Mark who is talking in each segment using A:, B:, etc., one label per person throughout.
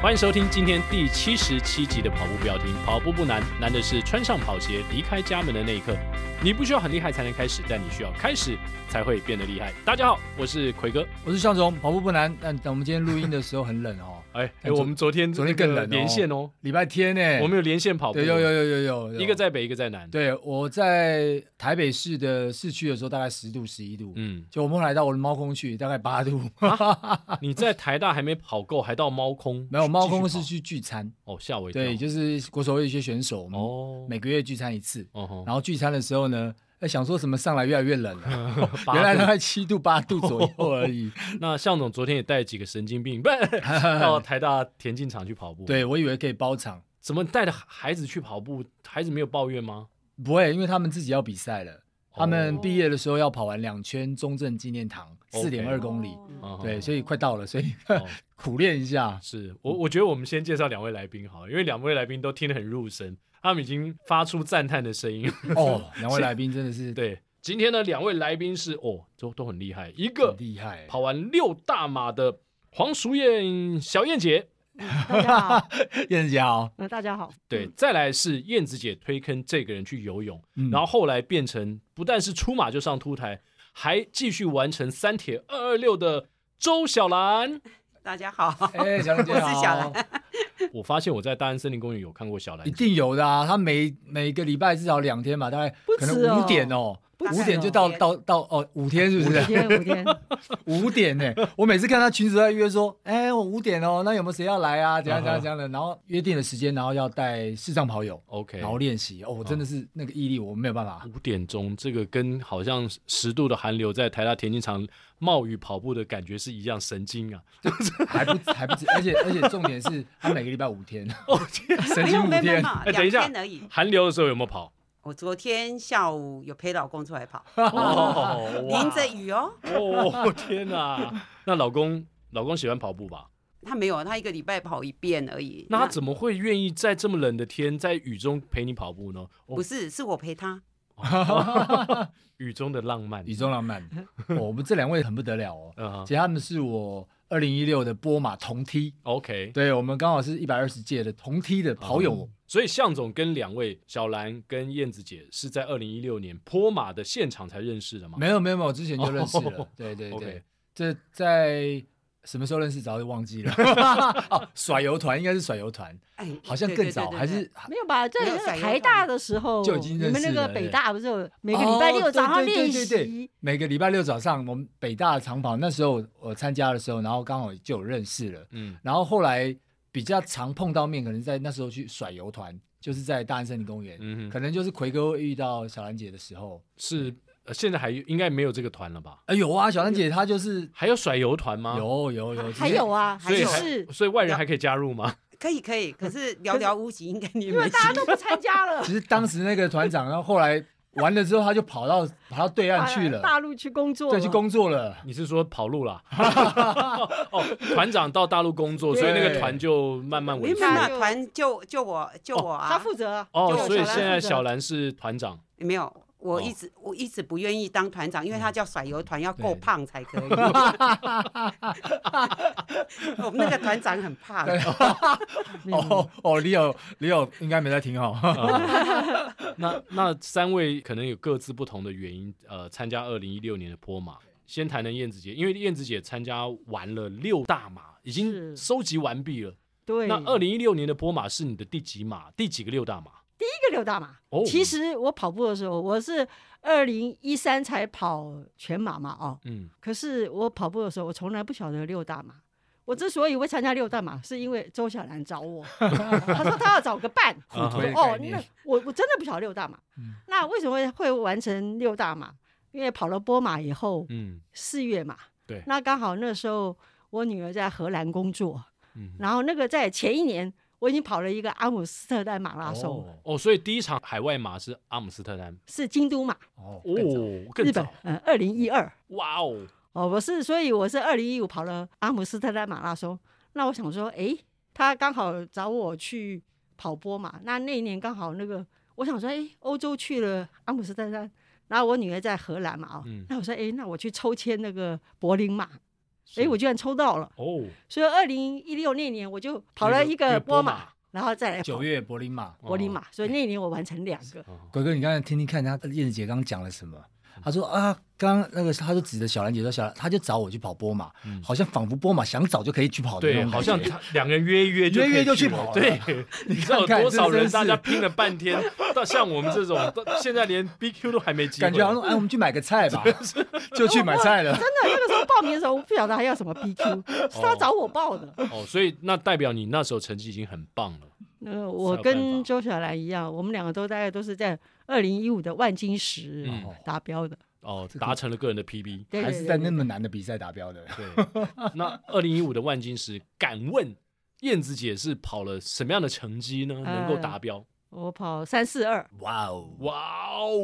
A: 欢迎收听今天第七十七集的跑步不要停，跑步不难，难的是穿上跑鞋离开家门的那一刻。你不需要很厉害才能开始，但你需要开始才会变得厉害。大家好，我是奎哥。
B: 我是向总，跑步不难。但但我们今天录音的时候很 冷哦，
A: 哎、哎，
B: 昨
A: 我们昨天
B: 昨天
A: 那个
B: 更冷哦
A: 连线哦，
B: 礼拜天呢、
A: 我们有连线跑步，
B: 对有有有有有有
A: 一个在北，一个在南。
B: 对我在台北市的市区的时候，大概十度十一度，
A: 嗯，啊
B: 就我们后来到我的猫空去，大概八度。
A: 你在台大还没跑够，还到猫空？
B: 没有 猫空
A: 继
B: 是
A: 续
B: 去聚餐，
A: 跑哦，吓我一跳。
B: 对，就是国手会一些选手，我们
A: 哦，
B: 每个月聚餐一次。
A: 哦吼，
B: 然后聚餐的时候呢，哎想说什么上来越来越冷了，
A: 八
B: 原来
A: 度
B: 大概七度八度左右而 已。
A: 那向总昨天也带几个神经病，不 到台大田径场去跑步。，
B: 对我以为可以包场，
A: 怎么带着孩子去跑步？孩子没有抱怨吗？
B: 不会，因为他们自己要比赛了。他们
A: 哦
B: 毕业的时候要跑完两圈中正纪念堂，四
A: OK
B: 点二公里，
A: 哦
B: 对，所以快到了，所以
A: 哦
B: 苦练 一下。
A: 是我，我觉得我们先介绍两位来宾好了，因为两位来宾都听得很入神，他们已经发出赞叹的声音。
B: 哦，两位来宾真的是
A: 对，今天呢，两位来宾是哦，都都很厉害，一个
B: 很厉害，
A: 跑完六大马的黄淑燕小燕姐，
C: 大家好，
B: 燕子姐好，
C: 嗯，大家 好，
A: 对，再来是燕子姐推坑这个人去游泳，
B: 嗯
A: 然后后来变成不但是出马就上凸台，还继续完成三铁二二六的周小兰。
D: 大家好，
B: 哎，小兰姐
D: 我是小兰
B: 好，
A: 我发现我在大安森林公园有看过小兰
B: 一
A: 姐，
B: 定有的啊，他每每个礼拜至少两天吧，大概
C: 不
B: 可
C: 止
B: 能
C: 哦
B: 五点哦。
C: 不
B: 五
C: 止
B: 点就
C: 哦
B: 到
D: 五天
B: 到到哦，五天是不
C: 五
B: 是？
C: 天五天，
B: 五点呢、我每次看他群主在约说，哎、我五点哦，那有没有谁要来啊？怎样怎样怎样的？
A: 嗯
B: 然后约定的时间，然后要带视障跑友，
A: OK，
B: 然后练习。哦，我真的是
A: 嗯
B: 那个毅力，我没有办法。
A: 五点钟，这个跟好像十度的寒流在台大田径场冒雨跑步的感觉是一样，神经啊！
B: 还不还不止，而且而且重点是他每个礼拜五天，
A: 哦天，
B: 神
D: 没
B: 经
D: 有
B: 五
D: 没有没有
B: 天，
D: 嘛，
A: 哎等一
D: 两
A: 下
D: 天而已。
A: 寒流的时候有没有 跑？
D: 我昨天下午有陪老公出来跑，
A: 哦，哇
D: 淋着雨哦。
A: 哦，天哪！那老公，老公喜欢跑步吧？
D: 他没有，他一个礼拜跑一遍而已。
A: 那他怎么会愿意在这么冷的天，在雨中陪你跑步呢？
D: 不
A: 哦，
D: 是，是我陪他。
A: 雨中的浪漫，
B: 雨中浪漫。哦我们这两位很不得了哦，
A: 嗯哼
B: 其实他们是我二零一六的波马同梯，
A: ，OK。
B: 对我们刚好是一百二十届的同梯的跑友。
A: 所以向总跟两位小兰跟燕子姐是在二零一六年坡马的现场才认识的吗？
B: 没有没有没有，之前就认识了
A: 哦。
B: 对对
A: OK
B: 对，这在什么时候认识早就忘记了。 哦，甩油团应该是甩油团，
D: 哎，
B: 好像更早，
D: 对
B: 还是
C: 没有吧？在
D: 没有
C: 那个
D: 散油
C: 台
D: 团
C: 大的时候，
B: 啊就已经
C: 你
B: 认
C: 们那
B: 识
C: 个
B: 了
C: 北
B: 对
C: 大不是有每个礼拜六
B: 哦
C: 早上
B: 对
C: 练
B: 对对对
C: 习
B: 对，每个礼拜六早上我们北大的长跑，那时候我参加的时候，然后刚好就有认识了。
A: 嗯，
B: 然后后来比较常碰到面，可能在那时候去甩油团，就是在大安森林公园，
A: 嗯哼
B: 可能就是奎哥会遇到小兰姐的时候。
A: 是、呃、现在还应该没有这个团了吧？
B: 哎，有啊，小兰姐她就是
A: 还有甩油团吗？，
B: 有有有，
C: 还有啊，
A: 所
C: 还
A: 以
D: 有
C: 是
A: 所以外人还可以加入吗？
D: 可以可以，可是寥寥无几，应该你
C: 因为
D: 们
C: 大家都不参加了
B: 其实，其实当时那个团长，然后后来完了之后，他就跑到跑到对岸
C: 大
B: 去了，
C: 大陆去工作
B: 对，
C: 了，
B: 去工作了。
A: 你是说跑路啦？ 哦，团长到大陆工作，所以那个
B: 对
A: 团就慢慢
D: 没
A: 萎
D: 有
A: 缩
D: 没有
C: 大
D: 没
C: 家
D: 有
C: 就
D: 团就就我就我啊，
C: 他负责
A: 哦，
C: 就
A: 所以
C: 小兰
A: 现在
C: 负责
A: 小兰是团长。
D: 没有。我
A: 哦
D: 一直我一直不愿意当团长，因为他叫甩油团，要够
B: 对
D: 胖才可以。我们那个团长很胖，
C: 嗯
B: 哦哦，李友李友应该没在听哦。
A: 那那三位可能有各自不同的原因，呃，参加二零一六年的坡马。先谈谈燕子姐，因为燕子姐参加完了六大马，已经
C: 是
A: 收集完毕了。
C: 对，
A: 那二零一六年的坡马是你的第几马？第几个六大马？
C: 一个六大马
A: 哦。
C: 其实我跑步的时候，我是二零一三才跑全马嘛，哦，
A: 嗯，
C: 可是我跑步的时候，我从来不晓得六大马。我
B: 嗯
C: 之所以会参加六大马，是因为周小兰 找我，她说她要找个伴。
B: 互推的
C: 哦
B: 概，念
C: 那我我真的不晓得六大马。
B: 嗯
C: 那为什么会完成六大马？因为跑了波马以后，
A: 嗯
C: 四月嘛，
A: 对
C: 那刚好那时候我女儿在荷兰工作，
A: 嗯
C: 然后那个在前一年我已经跑了一个阿姆斯特丹马拉松，
B: 哦
A: 哦，所以第一场海外马是阿姆斯特丹。
C: 是京都马，
B: 哦，更早
A: 哦，更
C: 日本
A: 早，，
C: 嗯，二零一二。
A: 哇哦，
C: 哦，我是，所以我是二零一五跑了阿姆斯特丹马拉松。那我想说，诶，他刚好找我去跑波嘛。那那一年刚好那个，我想说，诶，欧洲去了阿姆斯特丹，然后我女儿在荷兰嘛，哦，
A: 嗯
C: 那我说，诶，那我去抽签那个柏林马。
A: 是
C: 哎，我居然抽到了，
A: 哦，
C: 所以二零一六那年我就跑了一
A: 一个
C: 个
A: 波
C: 波
A: 马
C: 马，然后再来
B: 九
C: 跑
B: 月柏林马，
C: 柏林马，所以那年我完成两个。
A: 哦，
B: 鬼哥，你刚才听听看他燕子姐刚刚讲了什么？
A: 嗯
B: 她说啊，刚刚那个她就指着小兰姐说，小兰，她就找我去跑波马，
A: 嗯
B: 好像仿佛波马想找就可以去跑的那
A: 对，
B: 种
A: 好
B: 感觉，
A: 像他两个人约一约就可以
B: 约一约就去
A: 了
B: 跑了
A: 对， 你知道有
B: 看看
A: 多少人
B: 这真是
A: 大家 拼了半天，到像我们这种，到现在连 BQ 都还没机会，
B: 感觉好像哎，我们去买个菜 吧，就去买菜了
C: 真。的，那个时候报名的时候，我不晓得还要什么 BQ，是他找我报的。
A: 哦，所以那代表你那时候成绩已经很棒了。
C: 呃，我
A: 才有办法
C: 跟周小兰一样，我们两个都大概都是在二零一五的万金石
A: 嗯
C: 达标的，
A: 哦，
B: 这个
A: 达成了个人的 PB。
C: 对
B: 还
C: 对
B: 是
C: 对
B: 在
C: 对
B: 那么难的比赛达标的，
A: 对，那二零一五的万金石，敢问燕子姐是跑了什么样的成绩呢？
C: 哎
A: 能够达标？
C: 我跑三四二，
B: 哇哦！
A: 哇哦，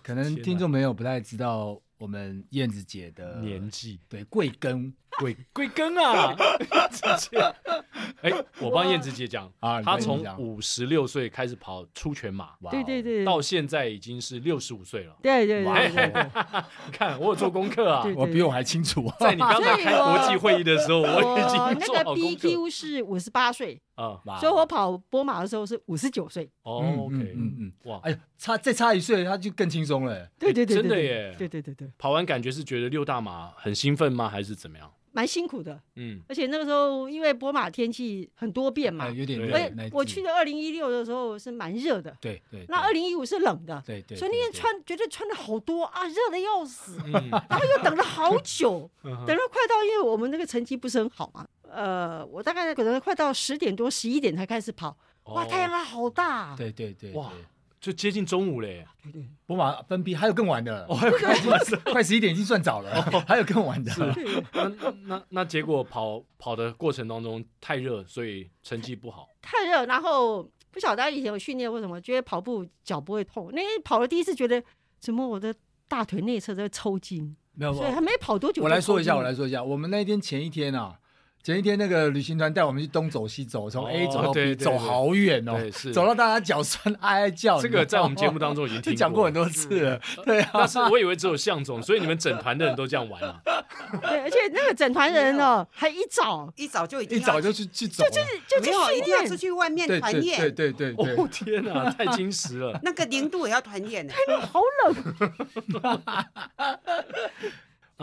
B: 可能
A: 天
B: 听
A: 哪
B: 众朋友不太知道我们燕子姐的
A: 年纪
B: 对贵庚
A: 贵贵庚啊！ 直接，哎，我帮燕子姐讲，
B: 啊，
A: 她
B: 你
A: 从
B: 讲
A: 五十六岁开始跑出全马，
B: 哇哦
C: 对对对，
A: 到现在已经是六十五岁了。
C: 对对对
B: 哇
C: 对 对对，
A: 你看，我有做功课啊，
C: 对
B: 我比我还清楚啊，
A: 在你刚才开国际会议的时候，我已
C: 我
A: 经做
C: 那
A: 好功课
C: 个 BQ 是五十八岁，
A: 啊。
B: 哇
C: 所以我跑波马的时候是五十九岁，
A: 哦
B: 嗯嗯
A: ，OK，
B: 嗯嗯，
A: 哇，
B: 哎呦，差再差一岁，她就更轻松了。
C: 对对对，
A: 真的
C: 对
A: 耶
C: 对对对对，
A: 跑完感觉是觉得六大马很兴奋吗？还是怎么样？
C: 蛮辛苦的，
A: 嗯，
C: 而且那个时候因为波马天气很多变嘛
B: 哎，有点
A: 对
C: 我
B: 热
C: 也
B: 那一
C: 我
B: 季
C: 去的二零一六的时候是蛮热的，
B: 对对，
C: 那二
B: 对
C: 零一五是冷的，
B: 对对，
C: 所以那天
B: 对，
C: 穿觉得穿的好多啊，热的要死，
A: 嗯
C: 然后又等了好久，
A: 嗯
C: 等了快到，因为我们那个成绩不是很好嘛，呃，我大概可能快到十点多、十一点才开始跑，哇，太阳
A: 哦
C: 啊好大啊，
B: 对对对对
A: 哇
B: 哇，
A: 就接近中午嘞，
B: 博马分批还有更晚的，
A: 哦，还有看晚哦上
B: 快十一点已经算早了，还有更晚的，
C: 对，
A: 那那那那结果跑跑的过程当中太热，所以成绩不好。
C: 太热，然后不晓得以前有训练或什么，觉得跑步脚不会痛，那天跑了第一次觉得怎么我的大腿内侧在抽筋，
B: 没有没
C: 所以
B: 有
C: 还。没跑多久，
B: 呃我来说一下，我来，说一下，我们那一天前一天啊，前一天那个旅行团带我们去东走西走，从 A
A: 哦
B: 走到
A: 对对
B: B，
A: 对
B: 走好远哦
A: 对是，
B: 走到大家脚酸哀哀叫。
A: 这
B: 哦你知道
A: 个
B: 吗
A: 在我们节目当中已经听
B: 讲过很。多次
C: 嗯
B: 了，对啊，
A: 那是我以为只有向总，所以你们整团的人都这样玩啊。
C: 对，而且那个整团人哦，还一早
D: 一早就已经
B: 一早
D: 要
B: 就去去走了，
C: 就
D: 没
C: 去
D: 有一
C: 训
D: 定要
C: 练
D: 出。去外面
B: 对
D: 团
B: 对对
D: 练，
B: 对对 对
A: 哦，天 哪，太矜持了。
D: 那个零度也要团练呢。
C: 好冷，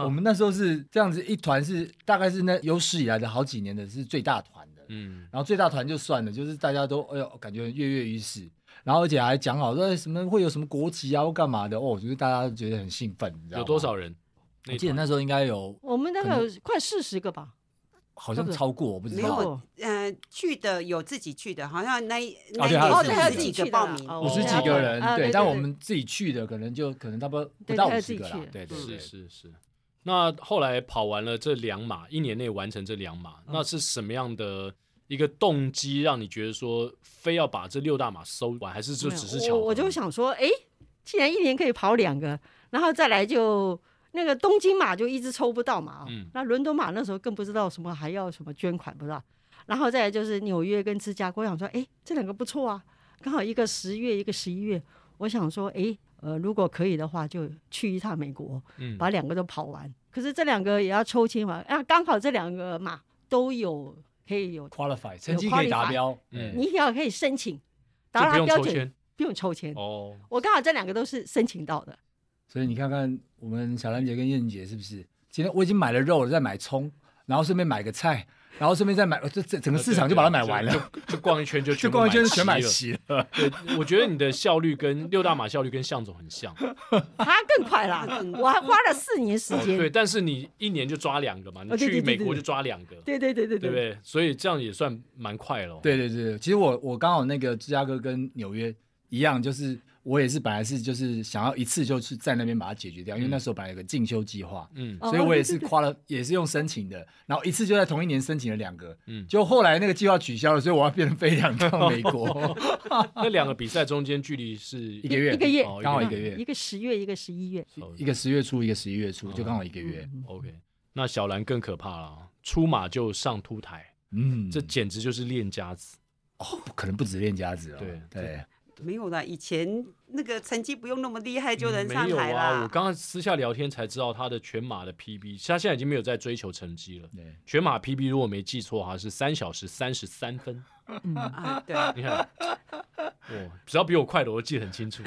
B: 我们那时候是这样子，一团是大概是那有史以来的好几年的是最大团的，
A: 嗯，
B: 然后最大团就算了，就是大家都哎呦，感觉跃跃欲试，然后而且还讲好说、哎什么会有什么国旗啊或干嘛的哦，就是大家都觉得很兴奋，你知道吗
A: 有多？少人？
B: 我记得
A: 那
B: 那时候应该有
C: 我们那
B: 可
C: 个快四十个吧，
B: 好像超过， 我不知
D: 没有
B: 道，
C: 哦
D: 呃，去的有自己去的，好像那一
B: 哦
D: 那
B: 对还有
D: 一
B: 自
D: 年
B: 己去的
D: 是五十几个报名，
C: 哦
B: 五十几个人
C: 啊
B: 对，
C: 对对
B: 但
C: 对
B: 我们自己去的可能就可能差不多不
C: 对
B: 到
C: 还
B: 五
C: 有
B: 十个
C: 自己
B: 啦
C: 去，
B: 对对
A: 是
B: 对，
A: 是是。那后来跑完了这两马，一年内完成这两马，
B: 嗯
A: 那是什么样的一个动机让你觉得说非要把这六大马收完，还是就只是
C: 没
A: 巧
C: 有
A: 合？
C: 我我就想说，哎，既然一年可以跑两个，然后再来就那个东京马就一直抽不到嘛，哦
A: 嗯
C: 那伦敦马那时候更不知道什么还要什么捐款，不知道。然后再来就是纽约跟芝加哥，我想说，哎，这两个不错啊，刚好一个十月，一个十一月，我想说，哎，呃，如果可以的话，就去一趟美国，
A: 嗯，
C: 把两个都跑完。可是这两个也要抽签嘛，啊，刚好这两个马都有可以有，
B: qualify 成绩可以达标，
A: 嗯
B: 嗯，
C: 你只要可以申请，
A: 就
C: 达
A: 不
C: 到它
A: 用
C: 标
A: 抽
C: 准
A: 签
C: 不用抽
B: 嗯
C: 签。
A: 哦。
C: 我刚好这两个都是申请到的，
B: 所以你看看我们小兰姐跟燕姐是不是？今天我已经买了肉了，再买葱，然后顺便买个菜，然后顺便再买，这这整个市场就把它买完
A: 就
B: 了，
A: 就就逛一 圈就
B: 就
A: 全部
B: 逛一圈全买
A: 了。
B: 齐了。
A: 对，我觉得你的效率跟六大马效率跟向总很像，
C: 他更快 啦，
D: 嗯
C: 我还花了四年
B: 哦
C: 时间。
A: 哦对，但是你一年就抓两个嘛，你
C: 哦对
A: 去
C: 对对
A: 美国
C: 对
A: 就抓两个，
C: 对对对对
A: 对不对？所以这样也算蛮快了。，
B: 对对对，其实我我刚好那个芝加哥跟纽约一样，就是我也是本来是就是想要一次就是在那边把它解决掉，因为那时候本来有个进修计划，
A: 嗯
C: 哦
B: 所以我也是花了也是用申请的，然后一次就在同一年申请了两个，
A: 嗯，
B: 就后来那个计划取消了，所以我要变成飞两 趟美
A: 哦
B: 国，
A: 那两个比赛中间距离是
B: 一
A: 一
B: 个月
C: 一个月嗯
A: 哦
B: 刚好一个
C: 一
B: 月，
C: 个十月，一个十一月。
B: 一个十月初一个十一月初，就刚好一个月，
C: 嗯
A: OK，那小兰更可怕了，出马就上凸台，
B: 嗯，
A: 这简直就是练家子。
B: 哦，可能不止练家子哦，
A: 对
B: 对，
D: 没有啦，以前那个成绩不用那么厉害就能上
A: 没有
D: 台
A: 啊！我
D: 啦。
A: 刚刚私下聊天才知道他的全马的 PB，他现在已经没有在追求成绩了。
B: 对，
A: 全马 PB 如果没记错，好像是三小时三十三分。
D: 啊，对，
A: 你 看，哦，只要比我快的，我都记得很清楚。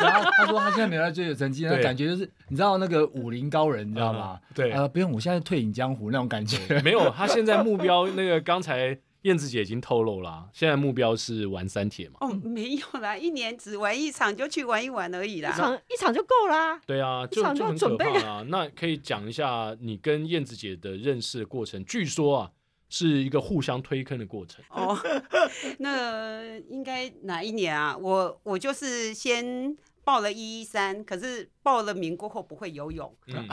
B: 然后他说他现在没有在追求成绩，那
A: 对
B: 感觉就是你知道那个武林高人，你知道吗？
A: 嗯对
B: 呃，不用，我现在退隐江湖那种感觉。
A: 没有，他现在目标那个刚才燕子姐已经透露啦，现在目标是玩三铁嘛。
D: 哦，没有啦，一年只玩一场就去玩一玩而已
C: 一
D: 啦。
C: 场一场就够啦。
A: 对啊，就
C: 一场就
A: 就
C: 要
A: 很可
C: 准备
A: 怕啊。那可以讲一下你跟燕子姐的认识的过程？据说啊，是一个互相推坑的过程。
D: 哦，那应该哪一年啊？我我就是先报了一一三，可是报了名过后不会游泳，
A: 嗯，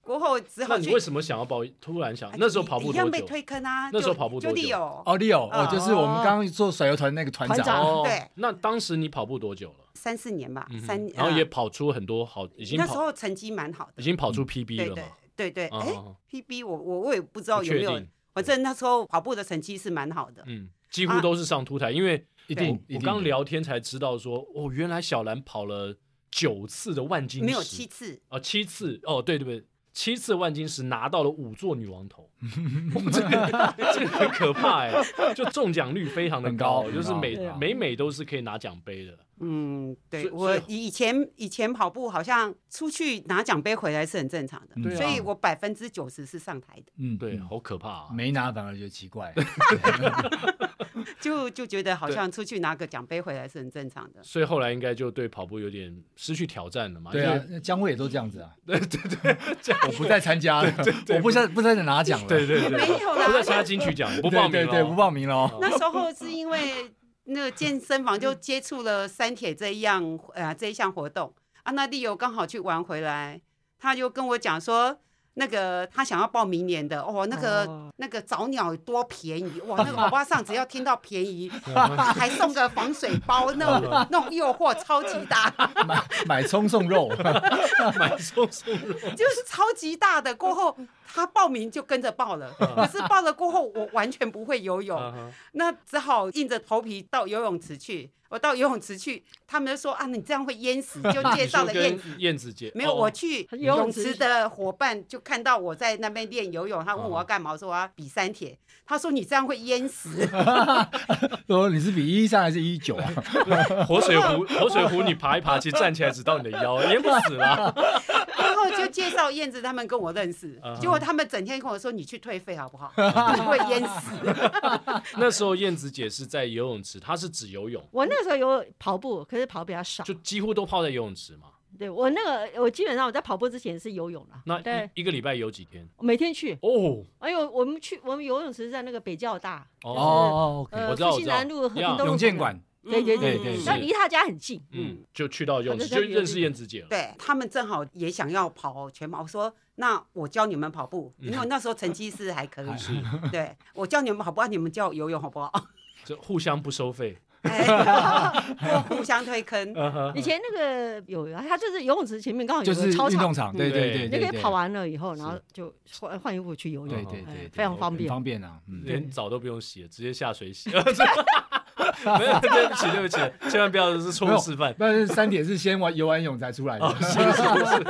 D: 过后只
A: 那
D: 好
A: 你
D: 去
A: 为。什么想要报？突然想，那时候跑步
D: 一样
A: 多
D: 被
A: 久？
D: 推坑啊！
A: 那时候
D: 就
A: 跑步
D: 就
A: 多久
D: 地友
B: 哦，Leo，哦
D: 哦，
B: 就是我们刚刚做甩油团那个团
C: 团
B: 长
C: 长，
A: 哦
D: 对，
A: 那当时你跑步多久了？
D: 三四年吧
A: 嗯，哼
D: 三
A: 然后
D: 呃
A: 也跑出很多好，已经
D: 那时
A: 跑
D: 候成绩蛮好的
A: 已，经跑出
D: 对
A: PB 了
D: 对
A: 嘛？
D: 对对，
A: 哦
D: 哎
A: 哦
D: ，PB 我我我也不知
A: 不
D: 道有
A: 确
D: 没有
A: 定，，
D: 反正那时候跑步的成绩是蛮好的。
A: 嗯，几乎都是上凸台，因为
B: 一
D: 对
B: 定，一
A: 我
B: 定
A: 刚
B: 的。
A: 聊天才知道说，哦，原来小兰跑了九次的万金石，
D: 没有七次，
A: 哦，七次哦，对对对，七次万金石拿到了五座女王 头，这个这个很可怕哎、就中奖率非常的高，
B: 很高啊
A: 就是每
C: 很高
A: 每每都是可以拿奖杯的。
D: 嗯，
A: 所
D: 对
A: 以所
D: 我
A: 以
D: 以以前以前跑步好像出去拿奖杯回来是很正常的，
A: 嗯
B: 对啊
D: 所以我百分之九十是上台的，
B: 嗯，
A: 对，
B: 嗯
A: 好可怕、啊。
B: 没拿反而觉得奇怪。
D: 就就觉得好像出去拿个奖杯回来是很正常的。
A: 所以后来应该就对跑步有点失去挑战了嘛。
B: 对
A: 因
B: 啊
A: 为，，
B: 那姜伟也都这样子啊。
A: 对对对，这样
B: 我不再参加了，我不再不再拿奖了。
A: 对对对，
D: 没有啦
A: 不再参加金曲 奖，不
B: 对
A: 报名
B: 对
A: 了哦。
B: 对，不报名了 哦。
D: 那时候是因为那个健身房就接触了三铁这一样呃这一项活动啊，那丽友刚好去玩回来，他就跟我讲说。那个他想要报明年的哦，那个、
C: 哦
D: 那个早鸟多便宜哇！那个欧巴桑只要听到便宜，还送个防水包，那种那种诱惑超级大，
B: 买买葱送肉，
A: 买松 松肉，
D: 就是超级大的。过后他报名就跟着报了，可是报了过后我完全不会游泳，
A: 啊哈
D: 那只好硬着头皮到游泳池去。我到游泳池去，他们就说啊，你这样会淹死， 就介
A: 你
D: 绍
A: 说
D: 了燕
A: 跟
D: 子。
A: 燕子姐
D: 没有，
A: 哦
D: 我去
C: 游
D: 游
C: 泳
D: 泳
C: 池
D: 池的伙伴就看到我在那边练游泳，他问
A: 哦
D: 我要干嘛，我说我要比三铁。他说你这样会淹死，
B: 说你是比一三还是一九啊？
A: 活水湖，活水湖，你爬一爬，其实站起来只到你的腰，淹不死啦。
D: 然后就介绍燕子他们跟我认识
A: 嗯，
D: 结果他们整天跟我说你去退费好不好，你会淹死。
A: 那时候燕子姐是在游泳池，她是只游泳，
C: 我那个时候有跑步，可是跑比较少
A: 就。几乎都泡在游泳池嘛。
C: 对我那个，我基本上我在跑步之前是游泳了。
A: 那
C: 对，
A: 一一个礼拜游几天？
C: 我每天去。
A: 哦，
C: 哎呦，我们去我们游泳池是在那个北教大，
A: 哦
B: 哦，OK，
A: 我
C: 呃，
A: 知道
C: 复兴南
A: 我
C: 路
A: 知道
C: 和平
A: 呀
C: 东路
B: 永健馆，嗯
C: 对对对
B: 对对
C: 那
A: 是
C: 离他家很近。
A: 嗯，就去到游泳池，
C: 她
A: 就
C: 就在
A: 认识燕子姐了。
D: 对他们正好也想要跑全马，我说那我教你们跑步，因为我那时候成绩是还可以，对我教你们跑步，啊你们教我游泳好不好？
A: 这互相不收费。
D: 哎，互相推坑。
C: 以
A: 嗯
C: 前那个有啊，他就是游泳池前面刚好
B: 就
C: 有
B: 是
C: 个操
B: 运
C: 场
B: 动，场，对对对
C: 你就
B: 对
C: 可
B: 对，
C: 以跑完了以后，
B: 是
C: 然后就换换衣服去游
B: 对
C: 泳，
B: 对对
C: 哎
B: 对，
C: 非常方
B: 很
C: 便。，
B: 方便啊，嗯，
A: 连澡都不用洗了，直接下水洗。 没有，对不起，对不起，千万不要是错误示范。
B: 但是三点是先玩游完泳才出来
A: 哦
B: 的，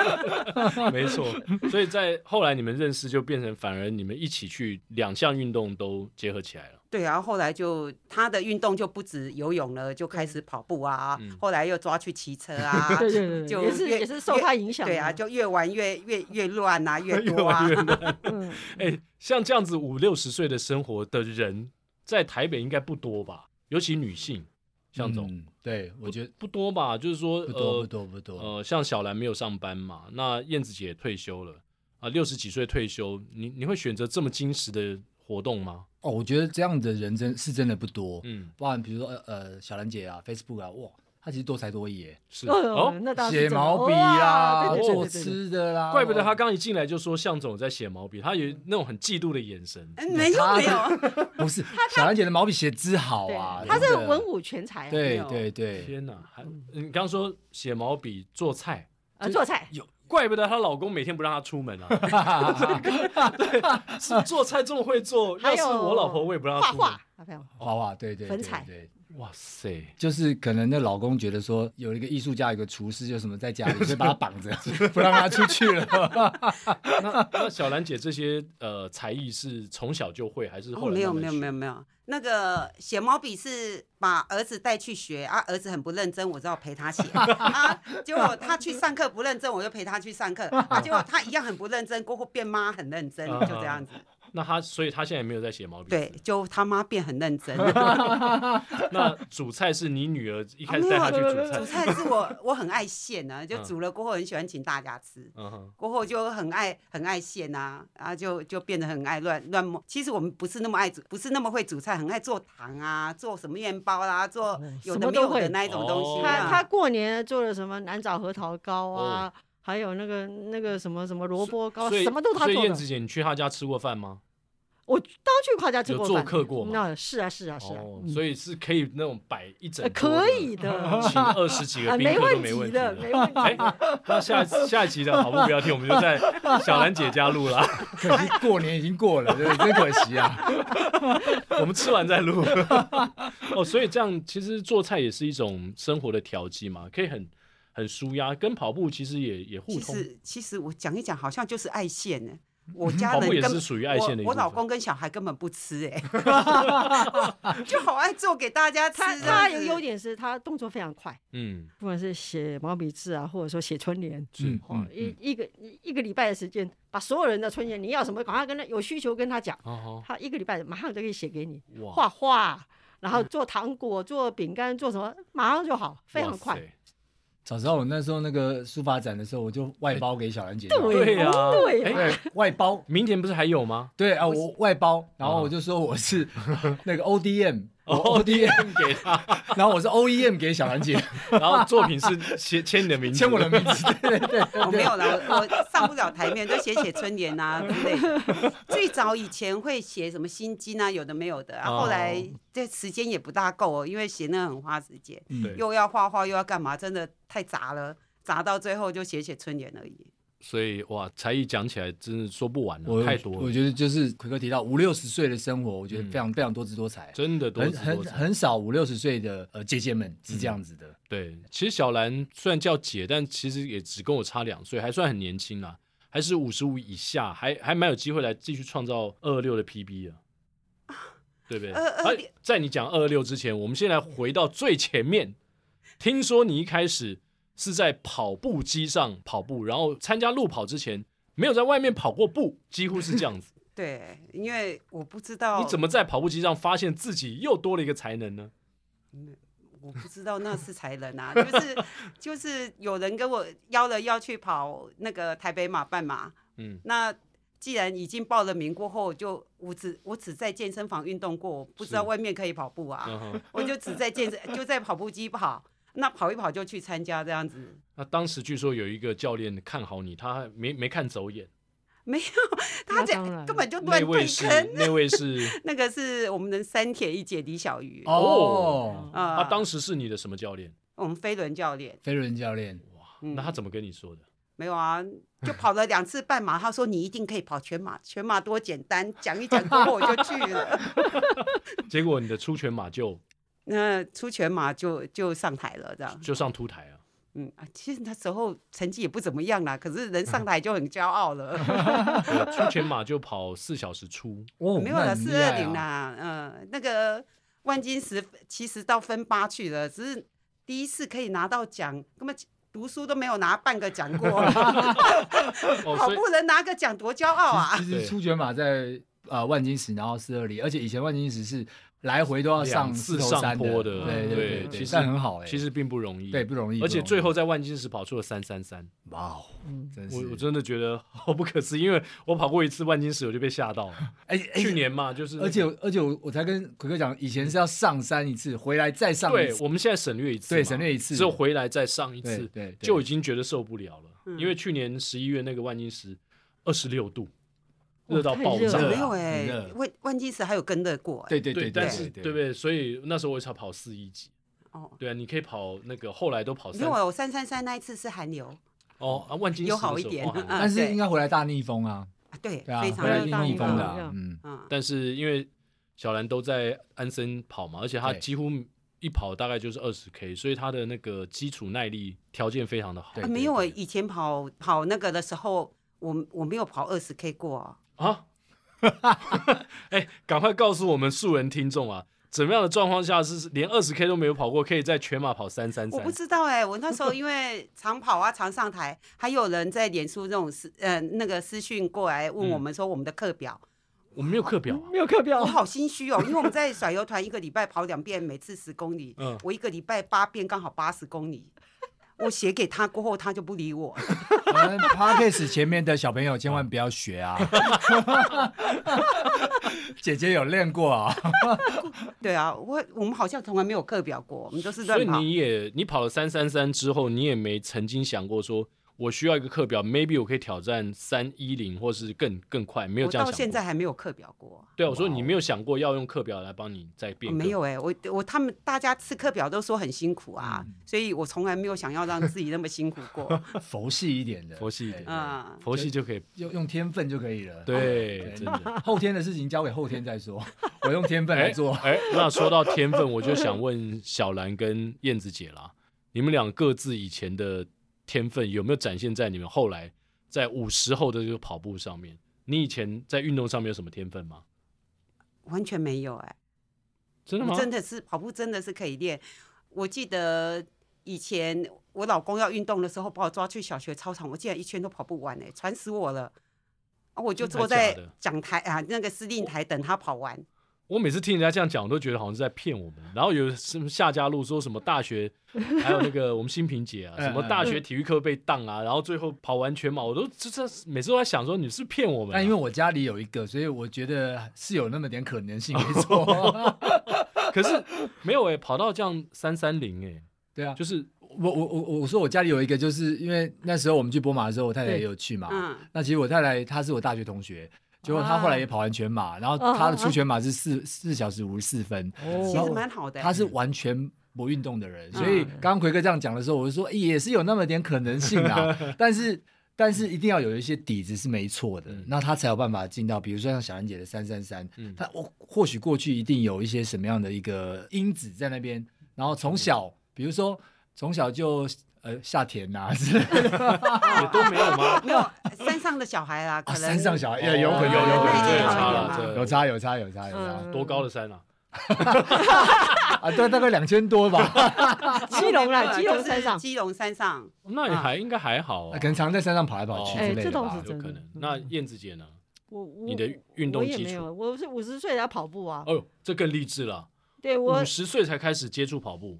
A: 没错，所以在后来你们认识，就变成反而你们一起去两项运动都结合起来了。
D: 对啊，后来就他的运动就不止游泳了，就开始跑步啊，
A: 嗯
D: 后来又抓去骑车啊
C: 对 对对
D: 就
C: 对，也是
D: 越
C: 也是受他影响的。
D: 对啊，就越玩越越越乱啊，越
A: 越
D: 多啊
A: 玩。越乱。
C: 嗯，
A: 哎、像这样子五六十岁的生活的人，在台北应该不多吧？尤其女性，向总、
B: 嗯，对我觉得
A: 不多吧？就是说，
B: 不多不多不多，
A: 哦呃呃，像小兰没有上班嘛，那燕子姐也退休了啊，六十几岁退休，你你会选择这么精实的活动吗？
B: 哦，我觉得这样的人真是真的不多，
A: 嗯，
B: 包含比如说呃呃小兰姐啊，Facebook 啊，哇，她其实多才多艺耶，
A: 是
C: 哦
A: 哦，。
C: 那当然
B: 写
C: 是真的
B: 毛笔
A: 啊
C: 哇
B: 啦，
C: 对对对
B: 做
C: 对对对
B: 吃的啦，
A: 怪不得她刚一进来就说向总在写毛笔，她有那种很嫉妒的眼神。
D: 嗯没有
B: 他
D: 没有，
B: 不是小兰姐的毛笔写之好啊，
C: 对他
B: 真
C: 是
B: 的
C: 文武全才啊，
B: 对
D: 有
B: 对 对，
A: 天哪，还你刚说写毛笔做菜，
C: 呃，做菜
A: 怪不得她老公每天不让她出门啊。 对，是做菜这么会做，
C: 还
A: 要
C: 有
A: 是我老婆我也不让她
C: 画
A: 出门。
C: 画，啊，非常好
B: 画画，对对，
C: 粉
B: 对
C: 彩
B: 对，
A: 哇塞，
B: 就是可能那老公觉得说有一个艺术家，有个厨师，有什么在家里，所以把他绑 着，不让他出去了。
A: 那那小兰姐这些呃才艺是从小就会，还是后
D: 哦，
A: 来
D: 没有
A: 慢慢
D: 没有
A: 学
D: 没有没有，那个写毛笔是把儿子带去学啊，儿子很不认真，我只好陪他写 啊。结果他去上课不认真，我就陪他去上课啊。结果他一样很不认真，过后变妈很认真，就这样子。
A: 那她所以她现在也没有在写毛笔字
D: 对，就他妈变很认真。
A: 那煮菜是你女儿一开
D: 啊
A: 始
D: 没
A: 带
D: 有
A: 她去煮
D: 煮
A: 菜，
D: 菜是我 我很爱现啊，就
A: 嗯
D: 煮了过后很喜欢请大家吃。
A: 嗯哼，
D: 过后就很爱很爱现啊，然后就就变得很爱乱乱摸。其实我们不是那么爱煮，不是那么会煮菜，很爱做糖啊，做什么面包啦、做
C: 哦
D: 有
C: 什
D: 的
C: 么
D: 没
C: 都
D: 有
C: 会
D: 的那一种东
A: 哦
D: 西、
C: 他
D: 啊。
C: 他过年做了什么南枣核桃糕啊，还有那个那个什么什么萝卜糕，
A: 哦所以
C: 什么都是他
A: 所以
C: 做
A: 燕
C: 的。
A: 子姐，你去她家吃过饭吗？
C: 我当去夸家吃
A: 有
C: 过
A: 做
C: 饭，
A: 客过吗
C: 那是啊是啊是啊，
A: 哦，
C: 嗯
A: 所以是可以那种摆一整
C: 呃
A: 桌
C: 可
A: 的
C: 以的。
A: 请二十几个
C: 啊，
A: 宾
C: 没
A: 客都
C: 问
A: 没问
C: 题
A: 题
C: 的，
A: 的。
C: 没问题。
A: 哎，那下下一期的好不标题，我们就在小兰姐家录啦。
B: 可惜过年已经过了，对，真可惜啊。
A: 我们吃完再录。 哦，所以这样其实做菜也是一种生活的调剂嘛，可以很很舒压，跟跑步其实也也互
D: 其
A: 通。
D: 实其实我讲一讲，好像就是 爱现呢、我家
A: 跑
D: 人
A: 步也
D: 根
A: 是属于爱现的一
D: 我，我
A: 部分
D: 老公跟小孩根本 不吃哎、 就好爱做给大家吃啊
C: 他
D: 这样
C: 他有
D: 子
C: 优点是他动作非常快，
A: 嗯，
C: 不管是写毛笔字啊，或者说写春联，
B: 嗯
A: 是
C: 哦
A: 嗯
C: 一一个一一个礼拜的时间，把所有人的春联，你要什么，赶快跟他有需求跟他讲，
A: 哦
C: 他一个礼拜马上就可以写给你，
A: 哇嗯
C: 画画，然后做糖果、做饼干、做什么，马上就好，非常快。。
B: 早知道我那时候那个书法展的时候，我就外包给小兰姐就好了。
A: 对呀、啊，
C: 对呀
A: 哎
B: 对，外包
A: 明年不是还有 吗？
B: 对啊，我外包，然后
A: 啊
B: 我就说我 是那个 ODM，
A: 哦
B: 我 ODM，
A: 给他，
B: 然后我是 OEM 给小兰姐，
A: 然后作品是签签你的名字，
B: 签我的名 字，对对对，
D: 哦
B: 嗯
D: 我没有啦，我我上不了台面，就写写春联啊之类的。 最早以前会写什么心经啊，有的没有的。啊、
A: 哦
D: 后来这时间也不大够哦，因为写那很花时间，
B: 嗯
A: 对，
D: 又要画画又要干嘛，真的太杂了。杂到最后就写写春联而已。
A: 所以哇，才艺讲起来真是说不完啊
B: 我
A: 了，太多
B: 我
A: 了，
B: 觉得就是奎哥提到五六十岁的生活，我觉得非常非常多姿多彩，
A: 真的多
B: 很
A: 姿多
B: 很
A: 彩。
B: 很少五六十岁的呃姐姐们是这样子的。
A: 对，其实小兰虽然叫姐，但其实也只跟我差两岁，还算很年轻啦，还是五十五以下，还还蛮有机会来继续创造二六的 PB 啊，对不对？
D: 22
A: 哎在你讲二六之前，我们先来回到最前面。听说你一开始是在跑步机上跑步，然后参加路跑之前没有在外面跑过步，几乎是这 样子。
D: 对，因为我不知道
A: 你怎么在跑步机上发现自己又多了一个才能呢？
D: 我不知道那是才能啊，就是就是有人跟我邀了要去跑那个台北马半马，
A: 嗯，
D: 那既然已经报了名过后，就我只我只在健身房运动过，我不知道
A: 是嗯
D: 外面可以跑步啊，
A: 然后
D: 我就只在健身就在跑步机跑，那跑一跑就去参加这样子。
A: 那当时据说有一个教练看好你，他还没没看走眼。
D: 没有，他
C: 那
D: 这
C: 当然
D: 根本就乱
A: 那位
D: 退
A: 是
D: 坑。
A: 那位是，
D: 那个是我们的三铁一姐李小鱼
A: 哦
B: 哦，
D: 啊
A: 他当时是你的什么教练？
D: 我们飞轮教练。
B: 飞轮教练，
D: 嗯
A: 那他怎么跟你说的？
D: 没有啊，就跑了两次半马，他说你一定可以跑全马，全马多简单，讲一讲过后我就去了。
A: 结果你的出拳马就
D: 那出全马就就上台了，这样。
A: 就上凸台啊！
D: 嗯啊，其实那时候成绩也不怎么样啦，可是人上台就很骄傲 了。
A: 啊对出拳马就跑四小时出，
B: 哦，
D: 没有啦，
B: 那很
D: 四
B: 厉害
D: 二
B: 啊
D: 零，啦，嗯、那个万金石其实到分八去了，只是第一次可以拿到奖，根本读书都没有拿半个奖过，
A: 哦，
D: 跑
A: 所以
D: 步能拿个奖多骄傲啊！
B: 其实
A: 对
B: 出卷马在呃万金石，然后四二零，而且以前万金石是来回都要
A: 两
B: 上
A: 次
B: 四头
A: 上
B: 山
A: 坡的
B: 的，对
A: 对
B: 对
A: 其实
B: 但很好哎，
A: 其实并不容易，
B: 对不容易，
A: 而且
B: 不容易
A: 最后在万金石跑出了三三三，
B: 哇哦，
C: 嗯
B: 真是
A: 我我真的觉得好不可思议，因为我跑过一次万金石，我就被吓到了。
B: 哎哎
A: 去年嘛，就是
B: 而且而且我我才跟奎哥讲，以前是要上山一次，回来再上一
A: 对，
B: 次，
A: 我们现在省略一次嘛，
B: 对省略一次
A: 只有回来再上一次，
B: 对对对
A: 就已经觉得受不了了。因为去年十一月那个万金石二十六度，
C: 哇
A: 热到爆
C: 太
A: 炸
C: 热了
D: 没有
B: 很
D: 哎、
B: 热
D: 万万金石还有跟得过、哎，
B: 对对
A: 对，
B: 对，
A: 但是
B: 对
A: 对不对？所以那时候我才跑四一级。
D: 哦，
A: 对啊，你可以跑那个，后来都跑
B: 哦
D: 因
A: 三
D: 为我三三三那一次是寒流
A: 哦啊，万金石
D: 有好
A: 的
D: 一
A: 时候
D: 点
A: 哇很
D: 嗯
B: 但是
D: 对
B: 应该回来大逆风啊，
D: 啊，对，
B: 对啊，
D: 非常
B: 回来
D: 热
B: 一
C: 大
B: 定逆
C: 逆
B: 风
C: 风
B: 的
C: 这
B: 啊
C: 样，
B: 嗯，
D: 嗯，
A: 但是因为小兰都在安森跑嘛，而且她
B: 对
A: 几乎一跑大概就是二十 K，所以他的那个基础耐力条件非常的好
B: 对
D: 啊没有，以前跑跑那个的时候，我我没有跑二十 K 过啊。
A: 啊。 哎，赶快告诉我们素人听众啊，怎么样的状况下是连二十 K 都没有跑过，可以在全马跑三三
D: 我
A: 三
D: 不？知道哎、我那时候因为常跑啊，常上台，还有人在脸书那种私呃那个私讯过来问我们说我们的课表，
A: 我们没有课表啊，
B: 没有课表
D: 我，好心虚 哦，因为我们在甩油团一个礼拜跑两遍，每次十公里，
A: 嗯
D: 我一个礼拜八遍，刚好八十公里。我写给他过后，他就不理我。
B: 我们嗯 podcast 前面的小朋友千万不要学啊！ 姐姐有练过啊，
D: 对啊，我我们好像从来没有课表过，我们都是
A: 所
D: 乱
A: 以
D: 跑。
A: 你也你跑了三三三之后，你也没曾经想过说我需要一个课表，maybe 我可以挑战三一零或是更更快，没有
D: 我
A: 这样
D: 到
A: 想过。
D: 现在还没有课表过，呃
A: 对啊，我说你
B: 哇哦
A: 没有想过要用课表来帮你再变更
D: 没有哎、我我他们大家吃课表都说很辛苦啊，
A: 嗯
D: 所以我从来没有想要让自己那 么辛苦过。
B: 佛系一点的，
A: 佛系一点
B: 对
D: 嗯，
A: 佛系就可以，
B: 用用天分就可以了。
A: 对，
B: 对
A: 真的。
B: 后天的事情交给后天再说，我用天分来做。
A: 哎，那说到天分，我就想问小兰跟燕子姐啦，你们俩各自以前的天分有没有展现在你们后来在五十后的这个跑步上面？你以前在运动上面有什么天分吗？
D: 完全没有哎、
A: 真的
D: 我
A: 吗？
D: 真的是跑步真的是可以练。我记得以前我老公要运动的时候，把我抓去小学操场，我竟然一圈都跑不完哎、喘死我了。啊，我就
A: 真的
D: 坐
A: 还
D: 在
A: 假的
D: 讲台啊那个司令台等他跑完。
A: 我每次听人家这样讲，我都觉得好像是在骗我们。然后有什么下家路说什么大学，还有那个我们新平姐啊，
B: 嗯
A: 什么大学体育课被当啊，然后最后跑完全马，我都这这每次都在想说你是不是骗我们啊、
B: 但因为我家里有一个，所以我觉得是有那么点可能性，没 错。
A: 可是没有哎、跑到这样三三零哎，
B: 对啊，
A: 就是
B: 我我我我说我家里有一个，就是因为那时候我们去波马的时候，我太太也有去
A: 哦
B: 嘛。
D: 嗯，
B: 那其实我太太她是我大学同学，结果她后来也跑完全
D: 嗯
B: 马，然后她的出全马是四四小时五十四分，
D: 其
A: 哦
B: 然
D: 实
B: 后
D: 蛮好的、
B: 她是完全。不运动的人，所以刚刚奎哥这样讲的时候，我就说、诶也是有那么点可能性 啊，但是但是一定要有一些底子是没错的，
A: 嗯
B: 那她才有办法进到，比如说像小兰姐的三三三
A: 嗯，
B: 她我哦或许过去一定有一些什么样的一个因子在那边，然后从小，比如说从小就呃下田呐、啊，是
A: 也都没有吗？
D: 没有呃山上的小孩啦，可
A: 哦
B: 啊，
D: 能、
B: 山上小孩也有可能，
D: 哦
B: 有可能，
D: 那
A: 这
D: 一
A: 也
D: 定
A: 差
D: 好一
A: 了，
D: 点
A: 这
B: 有差有差有差有差
C: 嗯
A: 多高的山啊？
B: 啊，对，大概两千多
D: 哦
B: 吧，
C: 基隆啦，
D: 对
C: 基
D: 就
C: 隆
D: 是
C: 山上，
D: 基隆山上，
A: 那也还应该还好、
B: 啊可
A: 哦，
B: 能常在山上跑来跑去
A: 哦
B: 之类
C: 哎这
B: 的
C: 倒
B: 吧
C: 是。
A: 有可能。那燕子姐呢？
C: 我我
A: 你的运动
C: 我也
A: 基
C: 没
A: 础
C: 有，我是五十岁才跑步啊。
A: 哦呦，这更励志了，
C: 对我
A: 五，十岁才开始接触跑步，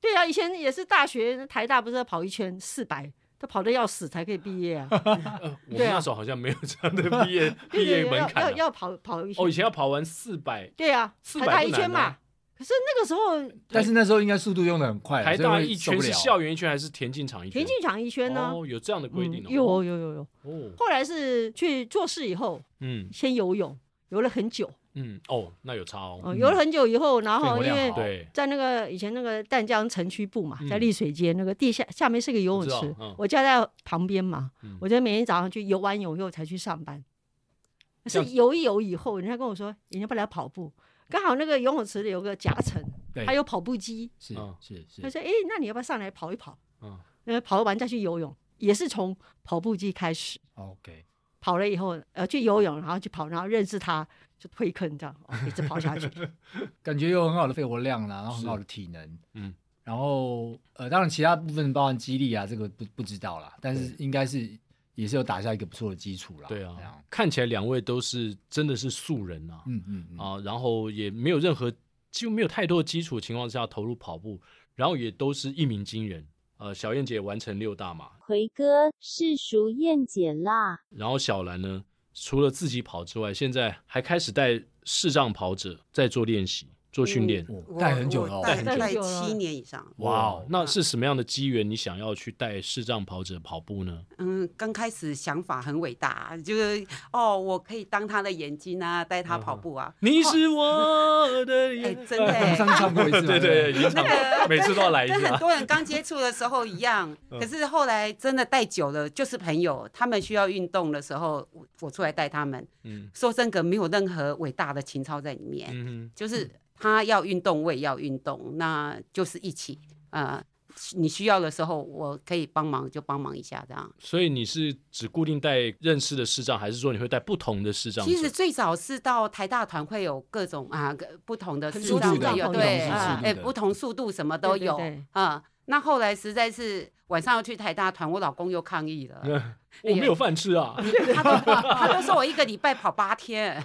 C: 对啊，以前也是大学台大不是要跑一圈四百，都跑的要死才可以 毕业啊。
A: 呃，我们
C: 对啊
A: 那时候好像没有这样的毕业
C: 对
A: 毕业
C: 对
A: 门
C: 要要
A: 槛啊、
C: 要跑跑一圈。
A: 哦，以前要跑完四百，
C: 对啊，
A: 400
C: 台大
A: 不
C: 一
A: 难
C: 圈
A: 啊
C: 嘛。可是那个时候
B: 但是那时候应该速度用的很快，
A: 台
B: 所以
A: 大
B: 哎会
A: 一
B: 受
A: 圈
B: 不
A: 是
B: 了
A: 校园一圈还是田径场一圈？
C: 田径场一圈呢，
A: 哦，有这样的规定哦。
C: 嗯有有有有。
A: 哦，
C: 后来是去做事以后，
A: 嗯
C: 先游泳，游了很久，
A: 嗯，哦，那有差
C: 嗯、
A: 哦。
C: 游了很久以后，然
B: 肺活
C: 后因
B: 量
C: 为
B: 好
A: 对，
C: 在那个以前那个淡江城区部嘛
A: 嗯，
C: 在丽水街那个地下下面是个游泳
A: 我知
C: 池
A: 道嗯，
C: 我家在旁边嘛
A: 嗯，
C: 我就每天早上去游完泳以后才去上班。
A: 这
C: 是
A: 样
C: 游一游以后，人家跟我说，人家不来跑步，刚好那个游泳池里有个夹层，
B: 对
C: 还有跑步机，
B: 是
A: 嗯
B: 是是
C: 他
B: 是，
C: 说，哎，那你要不要上来跑一跑？
A: 嗯，
C: 呃，跑完再去游泳，也是从跑步机开始。
B: OK，
C: 跑了以后，呃，去游泳，然后去跑，然后认识他，就推坑这样，哦一直跑下去。
B: 感觉有很好的肺活量啦，然后很
A: 是
B: 好的体能，
A: 嗯
B: 嗯，然后呃，当然其他部分包含肌力啊，这个不不知道啦，但是应该是也是有打下一个不错的基础啦。
A: 对
B: 这样
A: 啊，看起来两位都是真的是素人啊，
B: 嗯嗯嗯，
A: 啊，然后也没有任何几乎没有太多的基础的情况下投入跑步，然后也都是一鸣惊人。呃，小燕姐完成六大马，
E: 奎哥是熟燕姐啦，
A: 然后小兰呢，除了自己跑之外，现在还开始带视障跑者在做练习、做训练。
B: 我
D: 我
B: 带很久了哦，
D: 我带
C: 很久
D: 带
C: 了
D: 七年以上。
A: 嗯哇哦
B: 哇，
A: 那是什么样的机缘你想要去带视障跑者跑步呢？
D: 嗯，刚开始想法很伟大，啊就是哦，我可以当他的眼睛啊，带他跑步啊。
A: 你是我的
B: 嗯
D: 哎、
A: 眼，
D: 真的、
B: 我们上次
D: 欸。
B: 唱过一次嘛，啊
A: 对对对，演唱每次都要来
B: 哎
A: 一
D: 跟很
A: 下。
D: 多人刚接触的时候一样，
B: 嗯
D: 可是后来真的带久了，就是朋友，他们需要运动的时候，我我出来带他们。
A: 嗯
D: 说真格没有任何伟大的情操在里面，
A: 嗯
D: 就是他要运动，我也要运动，那就是一起啊、呃你需要的时候，我可以帮忙就帮忙一下这样。
A: 所以你是只固定带认识的视障，还是说你会带不同的视障者？
D: 其实最早是到台大团会有各种啊各不同的
A: 很
D: 视障
A: 速度的
D: 朋友，
C: 不同
D: 对
C: 速
D: 啊
C: 度，
A: 的
D: 哎，不同速度什么都
C: 对对
D: 有
C: 对
D: 啊。那后来实在是晚上要去台大团，我老公又抗议了，
A: 我没有饭吃啊，
D: 他都他都说我一个礼拜跑八天，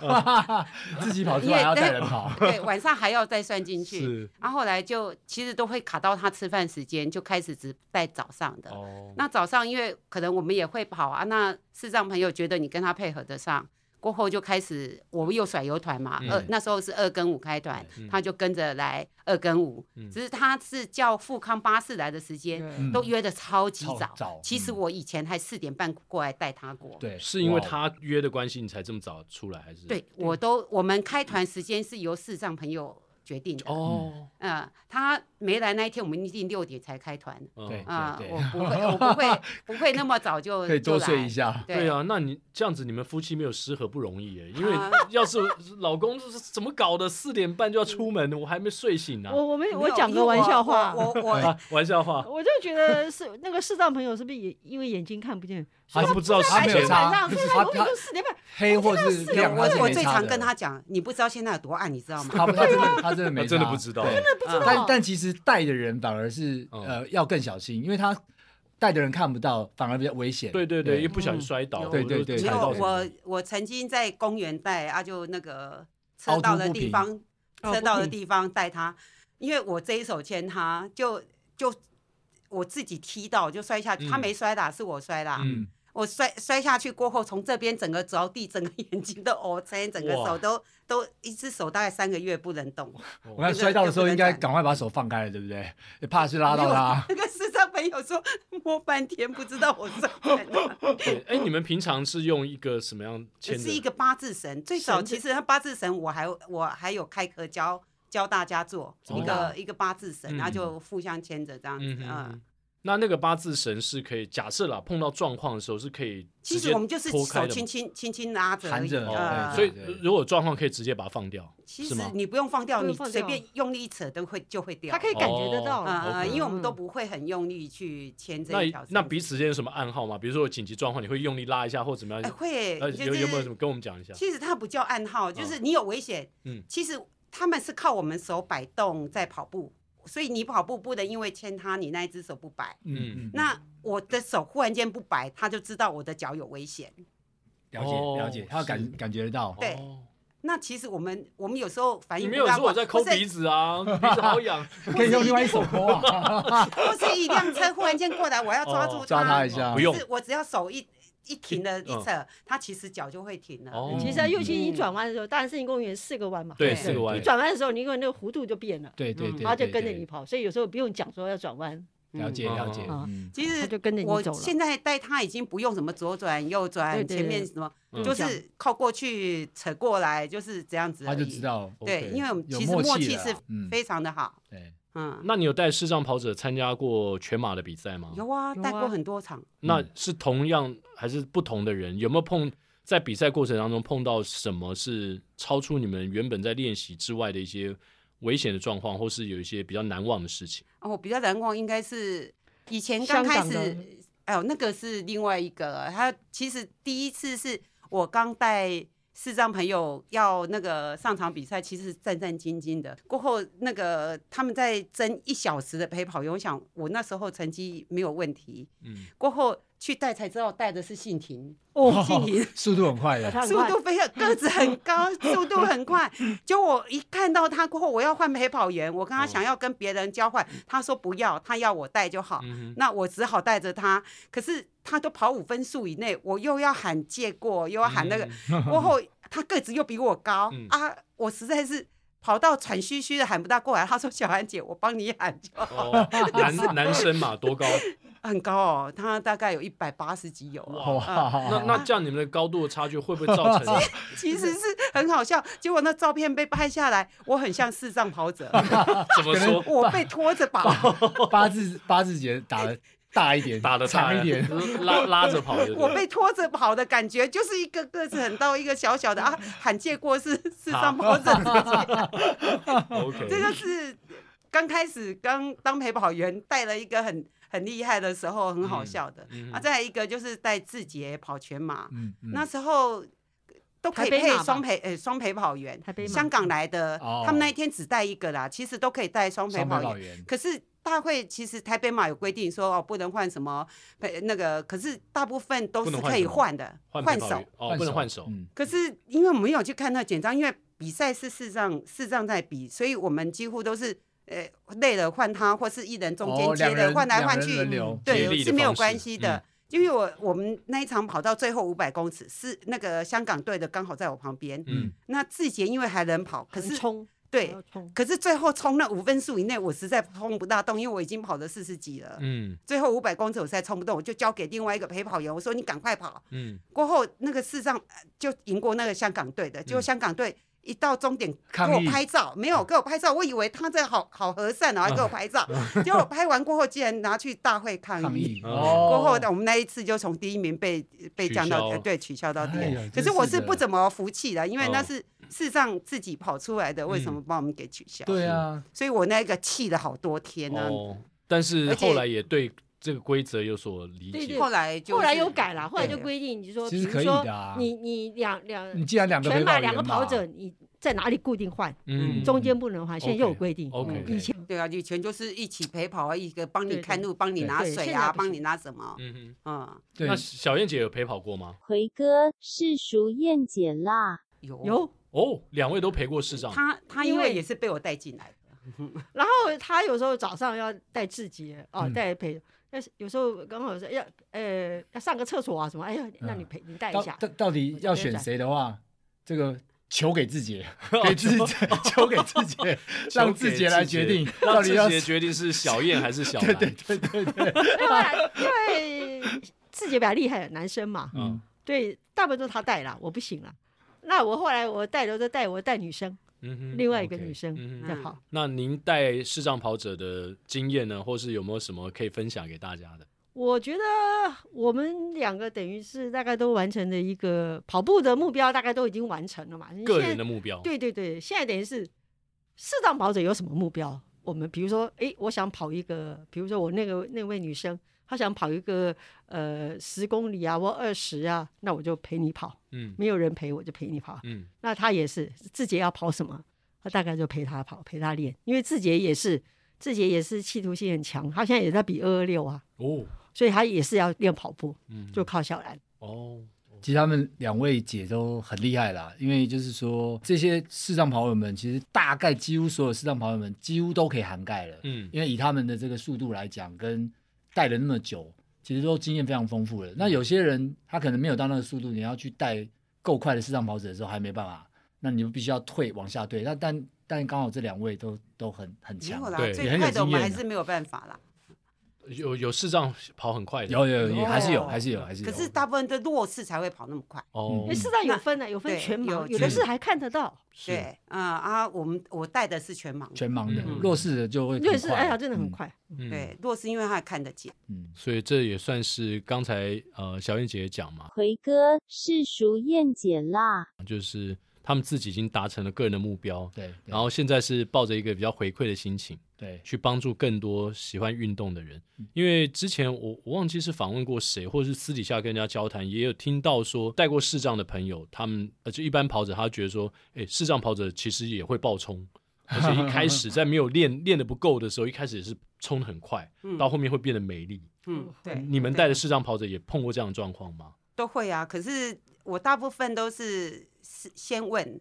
B: 自己跑出来还要带人跑，
D: 对，晚上还要再算进去。
A: 是
D: 然后后来就其实都会卡到他吃饭时间，就开始只带早上的。
A: 哦，
D: 呃那早上因为可能我们也会跑啊，那视障朋友觉得你跟他配合得上，过后就开始我们又甩油团嘛，
A: 嗯
D: 二那时候是二跟五开团，
A: 嗯
D: 他就跟着来二跟五，
A: 嗯
D: 只是他是叫富康巴士来的时间。
C: 对
B: 嗯
D: 都约的超级
B: 超
D: 早，
B: 早
D: 其实
B: 嗯
D: 我以前还四点半过来带他过。
B: 对，
A: 哎是因为
B: 哇哦
A: 他约的关系，你才这么早出来，还是？
D: 对，我都我们开团时间是由视障朋友决定的。
A: 哦，
D: 呃，他没来那一天，我们一定六点才开团。
A: 嗯
B: 对
D: 啊、
B: 对
D: 我不会，我不 会，不会那么早就
B: 可以多
D: 就
B: 睡
D: 来
B: 一下，
A: 对
D: 对
A: 啊，那你这样子，你们夫妻没有失和不容易耶，因为
D: 啊
A: 要是老公是怎么搞的，四点半就要出门，我还没睡醒呢、
C: 我我们我
D: 没有
C: 讲
D: 因
C: 个
D: 为
C: 玩
D: 我
C: 笑话，
D: 我我我
A: 啊。玩笑话，
C: 我就觉得是那个视障朋友是不是也因为眼睛看不见，所以
A: 他不知道时
B: 他没有
A: 间，
B: 差
C: 晚上，所以
B: 他
C: 他永远
B: 他
C: 就四点半。
B: 黑或是亮，
D: 我
B: 他是
D: 我
B: 没
D: 最
B: 差
D: 常
B: 的
D: 跟他讲，你不知道现在有多暗，你知道吗？
B: 他
D: 嗯
B: 他真 的他真的没
A: 他真的
B: 差
A: 不知道
B: 对
A: 真的
C: 不知道
D: 哦
B: 但但其实带的人反而是
A: 嗯
B: 呃要更小心，因为他带的人看不到，反而比较危险。
A: 对对对，一不小心摔倒，
D: 嗯
A: 或者
B: 对对对
D: 没
A: 踩
D: 有，
A: 到什么
D: 我我曾经在公园带啊，就那个
B: 凹
D: 车
B: 凸
D: 道的
B: 不
D: 地
B: 平
D: 方，
C: 凹
D: 车
C: 不
D: 道的
C: 平
D: 地方带他，因为我这一手牵他，就就我自己踢到就摔下去，他
A: 嗯
D: 没摔啦，是我摔啦，
A: 嗯，
D: 我摔摔下去过后，从这边整个着地，整个眼睛都哦，整整个
A: 哇
D: 手都都一只手大概三个月不能动，
A: 嗯
B: 我看摔倒的时候应该赶快把手放开了，对不对？也怕是拉到他。
D: 那个视障朋友说摸半天不知道我在 哪，
A: 对，哎，你们平常是用一个什么样牵
D: 是
A: 的？
D: 一个八字绳。最早
A: 绳子
D: 其实他八字绳我还我还有开课教教大家做
A: 怎
D: 一
A: 么
D: 个
A: 打
D: 一个八字绳，
A: 嗯
D: 然后就互相牵着这样
A: 嗯
D: 子
A: 哼
D: 嗯
A: 哼，那那个八字绳是可以，假设啦，碰到状况的时候是可以
D: 其
A: 直接
D: 实我们就是
A: 脱
D: 手
A: 开的
D: 轻
A: 嘛。
D: 轻轻轻拉着
B: 含
D: 而已，
B: 着
D: 啊
A: 哦，所以
B: 对对对
A: 如果有状况可以直接把它放掉，
D: 其
A: 是
D: 实
A: 吗
D: 你不用放掉，
C: 不用
D: 你
C: 放
D: 随
C: 掉
D: 便用力一扯都会就会掉。
C: 他可以感觉得到
A: 哦
D: 啊、
A: OK
D: 因为我们都不会很用力去牵这一条
A: 那
D: 绳子。
A: 那彼此之间有什么暗号吗？比如说有紧急状况，你会用力拉一下或怎么
D: 哎、
A: 样？
D: 会、
A: 呃，
D: 就
A: 有有没有什
D: 是
A: 么跟我们讲一下？
D: 其实它不叫暗号，就是你有危险，
A: 嗯
D: 其实他们是靠我们手摆动在跑步，所以你跑步不能因为牵他，你那一只手不摆。
A: 嗯
D: 那我的手忽然间不摆，他就知道我的脚有危险。
B: 了解了解，他感感觉得到。
D: 对
A: 哦
D: 那其实我们我们有时候反
A: 你
D: 应
A: 没
D: 不
A: 有
D: 大
A: 说
D: 过
A: 我在抠
D: 或是
A: 鼻子啊，鼻子好痒。
B: 可以用另外一手抠啊，
D: 或是一辆车忽然间过来，我要抓
A: 哦
D: 住
B: 抓他
D: 它
B: 一，下。
A: 不用
D: 是我只要手一一停了，
A: 嗯
D: 一扯，他其实脚就会停了。
A: 哦
C: 其实啊，尤其你
D: 嗯
C: 转弯的时候，大安森林公园四个弯嘛，
A: 对，
D: 对
A: 四个弯
C: 你。转弯的时候，你因为那个弧度就变了，
B: 对对
D: 嗯
B: 对，
C: 然后就
B: 对
C: 跟着
B: 对
C: 你跑，所以有时候不用讲说要转弯，
B: 了解
A: 嗯
B: 了解。
C: 嗯
B: 嗯
D: 其
C: 他
D: 实
C: 就跟着你
D: 我
C: 走了。
D: 现在带他已经不用什么左转右
C: 对
D: 转，
C: 对
D: 前面什么
A: 嗯
D: 就是靠过去扯过来，就是这样子。
B: 他就知。道，
D: 对，因为我们
B: 有
D: 其实
B: 默
D: 默
B: 契
D: 契
B: 了
D: 是
B: 嗯
D: 非常的好。
B: 对，
D: 嗯，
A: 那你有带视障跑者参加过全马的比赛吗？
D: 有啊，
C: 有
D: 带过
C: 啊
D: 很多场。
A: 那是同样还是不同的人？有没有碰在比赛过程当中碰到什么是超出你们原本在练习之外的一些危险的状况，或是有一些比较难忘的事情？
D: 哦，我比较难忘应该是以前
C: 香
D: 刚开
C: 港的
D: 始，哎呦，那个是另外一个。他其实第一次是我刚带视障朋友要那个上场比赛，其实是战战兢兢的。过后那个他们在争一小时的陪跑员，我想我那时候成绩没有问题。
A: 嗯，
D: 过后去带才知道带的是信婷，
B: 哦
D: 信婷
B: 速度很快 的，
C: 他很
D: 速
C: 快
D: 度非常个子很高，速度很快。就我一看到他过后，我要换陪跑员，我跟他
A: 哦
D: 想要跟别人交换，他说不要，他要我带就好。
A: 嗯哼
D: 那我只好带着他，可是他都跑五分数以内，我又要喊借过，又要喊那个，过后他个子又比我高、
A: 嗯
D: 啊，我实在是跑到喘吁吁的喊不大过来。他说：“小安姐，我帮你喊就好。
A: 哦， 男男生嘛，多高？
D: 很高哦，他大概有一百八十几有哦、
A: 那
B: 哇，
A: 那这样你们的高度的差距会不会造 成？
D: 其实是很好笑。结果那照片被拍下来，我很像视障跑者，
A: 怎么说？
D: 我被拖着跑。
B: 八字八字节打了大一点，
A: 打的
B: 长一点。
A: 拉拉着跑就对了。
D: 我被拖着跑的感觉，就是一个个子很高，一个小小的啊，罕见过是是上跑者，
A: OK，
D: 这就是刚开始刚当陪跑员带了一个很很厉害的时候，很好笑的、
A: 嗯嗯
D: 啊。再来一个就是带志杰跑全马，
B: 嗯，嗯
D: 那时候都可以
C: 台北
D: 配
C: 马吧
D: 双陪呃双陪跑员
C: 台北，马
D: 香港来的，
B: 哦
D: 他们那一天只带一个啦，其实都可以带双陪
B: 双
D: 跑
B: 跑
D: 员。
B: 员
D: 可是大会其实台北马有规定说哦，不能换什么陪那个，可是大部分都
A: 不
D: 是
A: 能换
D: 可以
A: 什么
D: 换的，
A: 换
D: 换
A: 跑
D: 手
A: 员。哦，不能换手。
B: 嗯
D: 可是因为我们有去看那简章，因为比赛是视障视障在比，所以我们几乎都是呃累了换他，或是一人中
B: 哦
D: 间接
B: 两
D: 的
B: 人
D: 换来换
B: 两人轮
D: 去，
B: 流
A: 接力
D: 对
A: 的
D: 是没有
A: 方式
D: 关系的。
A: 嗯
D: 因为我我们那一场跑到最后五百公尺，是那个香港队的刚好在我旁边。
A: 嗯，
D: 那志杰因为还能跑，可是
C: 冲嗯
D: 对，
C: 冲，
D: 可是最后冲那五分数以内，我实在冲不大动，因为我已经跑了四十几了。
A: 嗯
D: 最后五百公尺我实在冲不动，我就交给另外一个陪跑员，我说你赶快跑。
A: 嗯，
D: 过后，那个事实上呃就赢过那个香港队的，结果香港队一到终点给
B: 抗
D: 我
B: 议
D: 拍照，没有给我拍照，我以为他在好好和善哦，还给我拍照，结果拍完过后竟然拿去大会抗议。
B: 抗议
A: 嗯
D: 过
B: 哦
D: 后，我们那一次就从第一名被被
A: 取
D: 降到
A: 消
D: 呃对取消到第
B: 哎
D: 二
B: 呀。
D: 可
B: 真
D: 是我
B: 是
D: 是
B: 的
D: 不怎么服气的，因为那
A: 哦
D: 是事实上自己跑出来的，为什
A: 嗯
D: 么把我们给取消？
B: 对啊，
D: 所以我那个气了好多天呢。
A: 哦，但是
D: 而且
A: 后来也对这个规则有所理
C: 对
A: 解
C: 对。
D: 后来就
C: 后来
D: 是
C: 有改了，后来就
D: 对
C: 规定，你说
B: 其
C: 比
B: 实
C: 如
B: 可以
C: 说
B: 的啊
C: 你你两两
B: 你既然两个
C: 全
B: 陪
C: 马
B: 跑
C: 两
B: 员
C: 个
B: 嘛
C: 跑者，你在哪里固定换？
A: 嗯，
C: 中间不能换，现在又有规定。
A: OK，
C: 以前
D: 对啊，以前就是一起陪跑啊，一个帮
C: 对
D: 你
C: 对
D: 看路、帮你
B: 对
D: 拿
C: 对
D: 水
C: 现在
D: 啊，
C: 不
D: 帮
C: 行
D: 你拿什么，
A: 嗯哼，
D: 嗯，
B: 对
A: 那小燕姐有陪跑过吗？
E: 奎哥是熟燕姐啦。
D: 有
C: 有，
A: 哦，两位都陪过市长。
D: 他他因
C: 因
D: 为
C: 为
D: 也是被我带进来的，
C: 然后他有时候早上要带志杰哦，
B: 嗯
C: 带陪，但是有时候刚好说要呃要上个厕所啊什么，哎呀，那你陪你带一
B: 嗯到
C: 下。
B: 到到底要选谁的话，这个球给自 己，给自
A: 哦
B: 己 球给自己，让自己来决定
A: 让
B: 到底
A: 哦自
B: 要
A: 己决定是小燕还是小
B: 对对
A: 兰。
B: 对对对，
C: 因为因为志杰比较厉害，男生嘛，
A: 嗯
B: 嗯，
C: 对，大部分都他带啦，我不行了。那我后来我带的都带我带女生，
A: 嗯哼
C: 另外一个
B: OK，
C: 女生
A: 嗯哼
C: 在跑。
A: 那您带视障跑者的经验呢，或是有没有什么可以分享给大家的？
C: 我觉得我们两个等于是大概都完成了一个跑步的目标，大概都已经完成了嘛。你
A: 个
C: 现在
A: 人的目标，
C: 对对对，现在等于是适当跑者有什么目标？我们比如说，诶，我想跑一个，比如说我那个那位女生，她想跑一个呃十公里啊，或二十啊，那我就陪你跑，
A: 嗯
C: 没有人陪我就陪你跑。
A: 嗯
C: 那她也是自己要跑什么，她大概就陪她跑，陪她练，因为自己也是自己也是企图心很强，她现在也在比二二六啊，
A: 哦
C: 所以她也是要练跑步，
A: 嗯
C: 就靠小兰。
A: 哦
B: 其实他们两位姐都很厉害啦，因为就是说这些视障跑友们，其实大概几乎所有视障跑友们几乎都可以涵盖了，
A: 嗯
B: 因为以他们的这个速度来讲，跟带了那么久，其实都经验非常丰富了。那有些人他可能没有到那个速度，你要去带够快的视障跑者的时候还没办法，那你就必须要退往下退。那但但刚好这两位都都很很
D: 没
B: 强
D: 有，啦
A: 对，
D: 最
B: 也很有
D: 快的我
B: 经
D: 们还
B: 验
D: 是没有办法啦。
A: 有有视障跑很快的，
B: 有有有也还是有
D: 哦
B: 还是有还是有。
D: 可是大部分的弱势才会跑那么快，
A: 哦
B: 嗯
C: 诶，适当有
D: 那
C: 分的，啊有分
D: 对
C: 全
D: 有
C: 盲，有的
B: 全
C: 是还看得到。
A: 是
D: 对，啊啊，我们我带的是全盲，
B: 全盲的、
A: 嗯
B: 弱势的就会很
C: 对，是
B: 快
C: 哎呀，真的很
B: 嗯
C: 快。
A: 嗯
D: 对，弱势因为他还看得见，
B: 嗯
A: 所以这也算是刚才呃小燕姐也讲嘛，
E: 奎哥是熟燕姐啦。
A: 就是他们自己已经达成了个人的目标，
B: 对，对
A: 然后现在是抱着一个比较回馈的心情，
B: 对，
A: 去帮助更多喜欢运动的人。因为之前我我忘记是访问过谁，或者是私底下跟人家交谈，也有听到说带过视障的朋友，他们呃就一般跑者，他觉得说，哎，视障跑者其实也会爆冲，而且一开始在没有练练的不够的时候，一开始也是冲得很快，
D: 嗯
A: 到后面会变得美丽。
C: 哦
D: 嗯，对，
A: 你们带
D: 对
A: 的视障跑者也碰过这样的状况吗？
D: 都会啊，可是我大部分都是是先问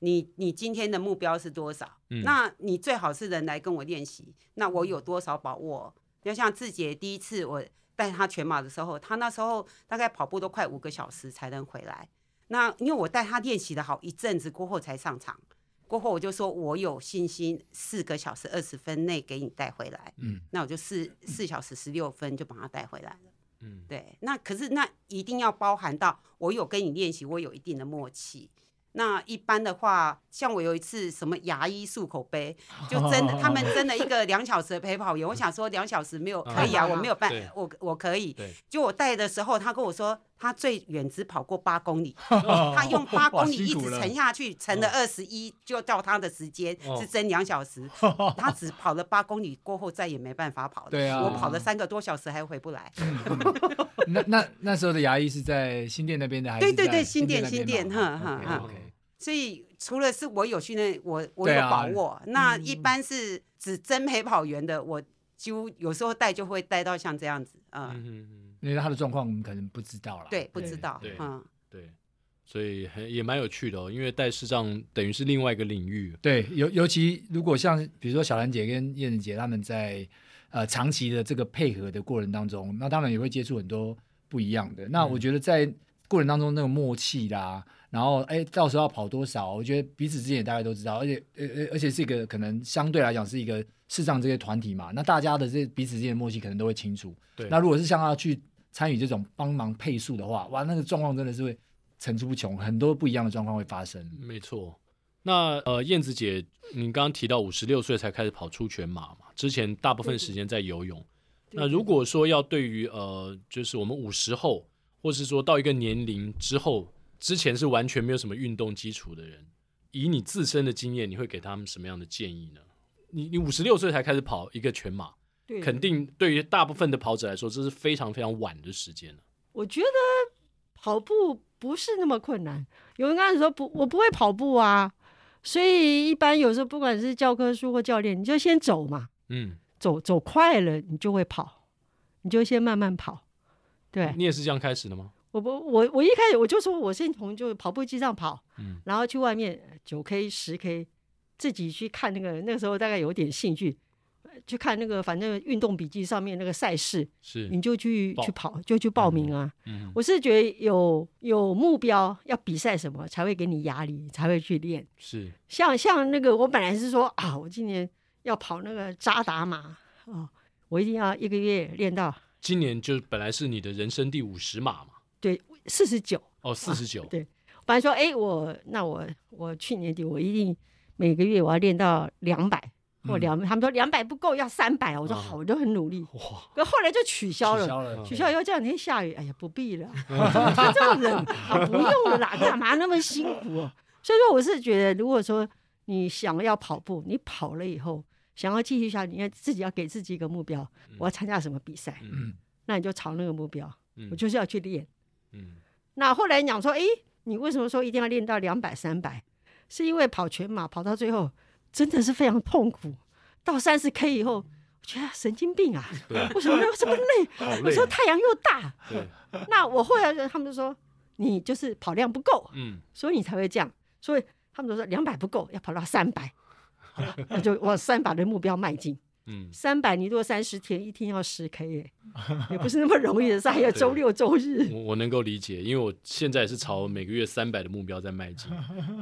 D: 你，你今天的目标是多少？
A: 嗯
D: 那你最好是人来跟我练习，那我有多少把握？要像志杰第一次我带他全马的时候，他那时候大概跑步都快五个小时才能回来。那因为我带他练习的好一阵子过后才上场，过后我就说我有信心四个小时二十分内给你带回来，
B: 嗯，
D: 那我就四四小时十六分就把他带回来了。
A: 嗯，
D: 对，那可是那一定要包含到我有跟你练习，我有一定的默契。那一般的话，像我有一次什么牙医漱口杯，就真的他们真的一个两小时的陪跑员，我想说两小时没有
A: 嗯
D: 可以啊，
C: 嗯
D: 我没有办
A: 对，
D: 我我可以
A: 对。
D: 就我带的时候，他跟我说他最远只跑过八公里，
A: 哦
D: 他用八公里一直 乘下去，乘了二十一，就到他的时间
A: 哦
D: 是真两小时。
A: 嗯
D: 他只跑了八公里过后，再也没办法跑了。
F: 对啊
D: 我跑了三个多小时还回不来。
F: 那那那时候的牙医是在新店那边的，还是
D: 对对对
F: 在
D: 新店
F: 新店
D: 新
F: 那
D: 店
F: 边嘛
D: 哼
A: 哼
F: OK，OK
D: 所以除了是我有训练，我我
F: 对
D: 有
F: 啊
D: 把握。那一般是只真陪跑员的，我几乎有时候带就会带到像这样子啊、嗯
A: 嗯嗯嗯，
F: 因为他的状况我们可能不知道啦。
D: 对，不知道
A: 对，
D: 嗯，
A: 对，所以很也蛮有趣的哦，因为带视障等于是另外一个领域，
F: 对，尤尤其如果像比如说小兰姐跟燕子姐他们在呃长期的这个配合的过程当中，那当然也会接触很多不一样的。那我觉得在过程当中那个默契啦，然后哎到时候要跑多少，我觉得彼此之间也大概都知道，而且呃呃而且是一个可能相对来讲是一个视障这些团体嘛，那大家的这彼此之间的默契可能都会清楚。
A: 对
F: 那如果是像他去参与这种帮忙配速的话，哇，那个状况真的是会层出不穷，很多不一样的状况会发生。
A: 没错。那呃，燕子姐，你刚刚提到五十六岁才开始跑出全马嘛，之前大部分时间在游泳。那如果说要对于呃，就是我们五十后，或是说到一个年龄之后，之前是完全没有什么运动基础的人，以你自身的经验，你会给他们什么样的建议呢？你你五十六岁才开始跑一个全马，
C: 对，
A: 肯定对于大部分的跑者来说，这是非常非常晚的时间了。
C: 我觉得跑步不是那么困难。有人刚才说不，我不会跑步啊，所以一般有时候不管是教科书或教练，你就先走嘛，
A: 嗯，
C: 走走快了你就会跑，你就先慢慢跑。对，
A: 你也是这样开始的吗？
C: 我不，我我一开始我就说我先从就跑步机上跑，
A: 嗯
C: 然后去外面九 K、十 K，自己去看那个那个时候大概有点兴趣，呃去看那个反正运动笔记上面那个赛事，
A: 是，
C: 你就去
A: 报
C: 去跑，就去报名啊。
A: 嗯
C: 我是觉得有有目标，要比赛什么才会给你压力，才会去练。
A: 是，
C: 像像那个，我本来是说啊，我今年要跑那个扎达马哦，我一定要一个月练到
A: 今年就本来是你的人生第五十码嘛，
C: 对四十九。
A: 哦，四十九，
C: 啊对本来说，哎，我那我我去年底我一定每个月我要练到两百或两、他们说两百不够，要三百。我说
A: 啊
C: 好，我就很努力。
A: 哇，
C: 可后来就取消了
F: 取。消了，
C: 学校要这两天下雨，哎呀，不必了， 就这么冷啊，不用了啦，干嘛那么辛苦、哦？所以说，我是觉得，如果说你想要跑步，你跑了以后想要继续下去，你要自己要给自己一个目标，我要参加什么比赛，
A: 嗯
C: 那你就朝那个目标，
A: 嗯
C: 我就是要去练。
A: 嗯
C: 那后来讲说，诶，你为什么说一定要练到两百、三百？是因为跑全马跑到最后真的是非常痛苦，到三十 K 以后，我觉得神经病啊，
A: 对
C: 为什么这么累？啊我说太阳又大，
A: 对，
C: 那我后来就他们就说你就是跑量不够，
A: 嗯
C: 所以你才会这样。所以他们都说两百不够，要跑到三百，那就往三百的目标迈进。
A: 嗯，
C: 三百你如果三十天，一天要十 K 耶，也不是那么容易的事，还有周六周日。
A: 我我能够理解，因为我现在也是朝每个月三百的目标在迈 进，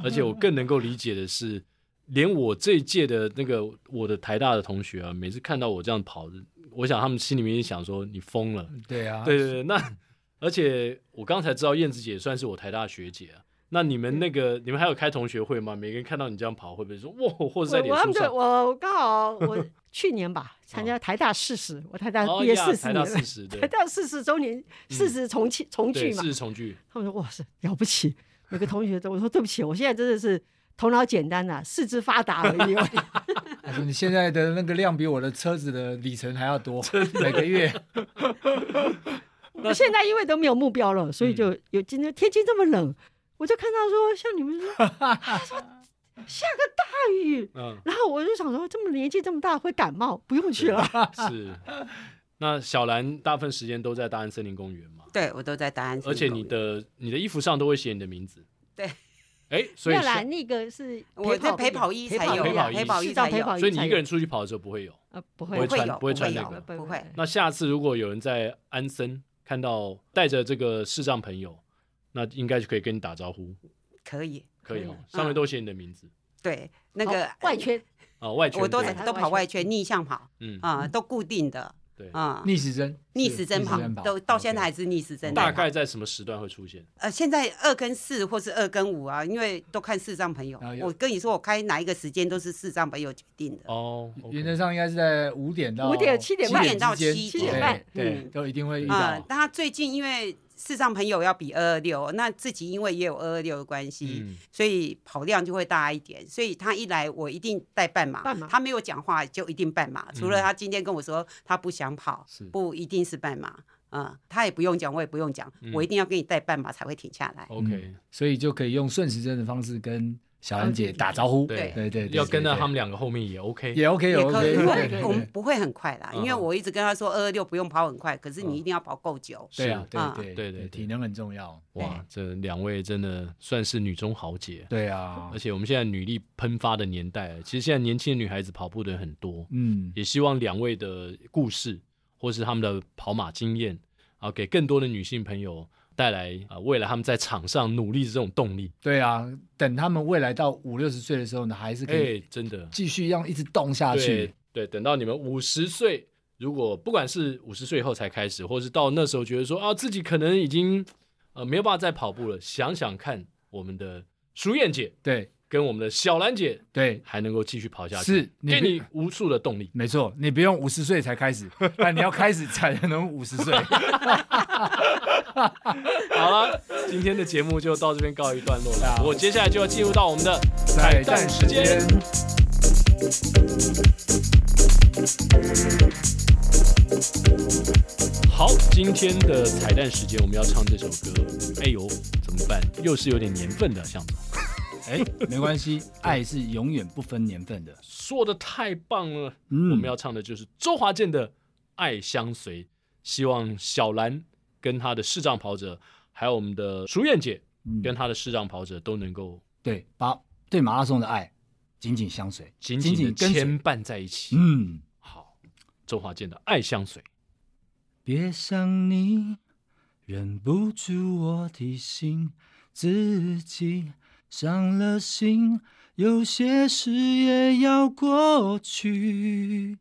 A: 而且我更能够理解的是，连我这一届的那个我的台大的同学啊，每次看到我这样跑，我想他们心里面也想说你疯了，
B: 嗯
F: 对啊，
A: 对对对，那而且我刚才知道燕子姐算是我台大学姐啊。那你们那个，你们还有开同学会吗？每个人看到你这样跑，会不会说哇，或者在
C: 我
A: 脸
C: 我他
A: 书
C: 们就
A: 上？哦
C: 我刚好 我去年吧参加台大四十，我台大
A: 哦
C: 毕业
A: 呀
C: 四十
A: 台
C: 年
A: 大
C: 了，
A: 四十，
C: 台
A: 对
C: 大四十周年，四十重庆重
A: 对，
C: 聚嘛
A: 四，十重聚，
C: 他们说哇塞了不起，每个同学都我说对不起，我现在真的是头脑简单啊，四肢发达而已。
F: 他说你现在的那个量比我的车子的里程还要多，每个 月。
C: 我现在因为都没有目标了，所以
A: 嗯
C: 就有今天天气这么冷，我就看到说像你们说 他说下个大雨，
A: 嗯，
C: 然后我就想说这么年纪这么大会感冒，不用去了。
A: 是。 那小兰大部分时间都在大安森林公园嘛，
D: 对我都在答案。
A: 而且你的你的衣服上都会写你的名 字。
D: 对，
A: 哎，所
C: 没
A: 以
C: 有啦，
A: 是
C: 那个是
D: 我在
C: 陪
D: 陪
C: 跑
D: 跑
C: 衣
D: 衣
C: 啊
D: 才有，
A: 陪跑衣
D: 陪跑
C: 是
D: 衣
C: 到
D: 才
C: 陪跑
D: 有，
C: 衣，
A: 所以你一个人出去跑的时候不会有。
C: 呃
A: 不
C: 不会
A: 会
D: 不会
A: 穿
D: 有，
A: 不会穿
D: 有
A: 这个
D: 不会。
A: 那下次如果有人在安森看到带着这个视障朋友，那应该就可以跟你打招呼，
D: 可以，嗯
A: 可以
C: 可以
A: 哦。上面都写你的名字
D: 对，那个
C: 好外圈
A: 啊，外圈
D: 我都
A: 对
D: 都跑外圈逆向跑
A: 嗯
D: 啊，都固定的。
A: 对，
D: 啊，
B: 逆时针，
D: 逆
B: 是
D: 时针跑都到现在还是逆时针在
A: 大
D: 跑
A: 概在什么时段会出现？
D: 呃，现在二跟四或是二跟五啊，因为都看视障朋友
B: 然后。有
D: 我跟你说，我开哪一个时间都是视障朋友决定的。
A: 哦，
B: OK 原则上应该是在五点到
C: 五点七点
D: 半
B: 之间
D: 五点到七
B: 对
D: 点
C: 半
B: 对
D: 嗯，
B: 都一定会遇
D: 啊、
B: 到。
D: 但他最近因为视障朋友要比二二六，那自己因为也有二二六的关系，
A: 嗯
D: 所以跑量就会大一点。所以他一来，我一定带半马。
C: 半马
D: 他没有讲话就一定半马，除
B: 嗯
D: 了他今天跟我说他不想跑，
A: 是
D: 不一定是半马。啊、他也不用讲，我也不用讲，
A: 嗯
D: 我一定要跟你带半马才会停下来。
B: 哦
A: OK，
B: 所以就可以用顺时针的方式跟小兰姐打招呼，
A: 对
B: 对对，对
A: 要跟到
B: 对
A: 他们两个后面也 OK。
B: 也 OK，也
D: 也可以，不
B: OK，
D: 会我们不会很快啦，
A: 嗯
B: 哦
D: 因为我一直跟他说二二六不用跑很快，可是你一定要跑够久。
B: 对啊，对
D: 啊
B: 对
A: 对对对
B: 体能很重要，
A: 哇，这两位真的算是女中豪杰，
B: 对啊
A: 而，且我们现在女力喷发的年代，啊其实现在年轻的女孩子跑步的人很多，
B: 嗯，
A: 也希望两位的故事或是他们的跑马经验，啊，给更多的女性朋友带来啊、呃未来他们在场上努力的这种动力。
B: 对啊，等他们未来到五六十岁的时候呢，还是
A: 哎、
B: 可以
A: 真的，
B: 继续让一直动下去
A: 对，对，等到你们五十岁，如果不管是五十岁以后才开始，或是到那时候觉得说啊，自己可能已经呃没有办法再跑步了，想想看我们的舒燕姐
B: 对
A: 跟我们的小兰姐
B: 对，
A: 还能够继续跑下去，
B: 是你
A: 给
B: 不
A: 你无数的动力。
B: 没错，你不用五十岁才 开始，但你要开始才能五十岁。
A: 好了，今天的节目就到这边告一段落了。我接下来就要进入到我们的
B: 彩蛋时间，
A: 好，今天的彩蛋时间，我们要唱这首歌。哎呦，怎么办？又是有点年份的，像
B: 哎，没关系，爱是永远不分年份的。
A: 说的太棒了。
B: 嗯
A: 我们要唱的就是周华健的《爱相随》，希望小兰跟她的视障跑者，还有我们的淑燕姐
B: 嗯
A: 跟她的视障跑者都能够
B: 对，把对马拉松的爱紧紧相随，
A: 紧紧的
B: 跟随
A: 牵绊在一起。
B: 嗯，
A: 好，周华健的《爱相随》。
B: 别想你，忍不住我提醒自己，伤了心，有些事也要过去。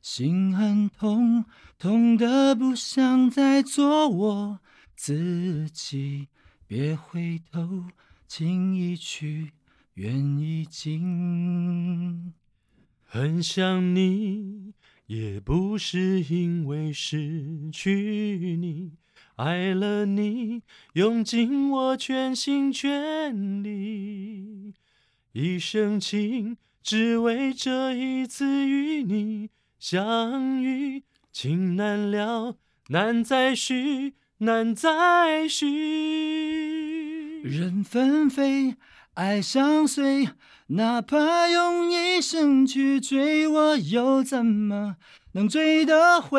B: 心很痛，痛得不想再做我自己。别回头，情已去，缘已尽。很想你，也不是因为失去你，爱了你，用尽我全心全力，一生情，只为这一次与你相遇，情难了，难再续，难再续。人纷飞，爱相随，哪怕用一生去追，我又怎么能追得回？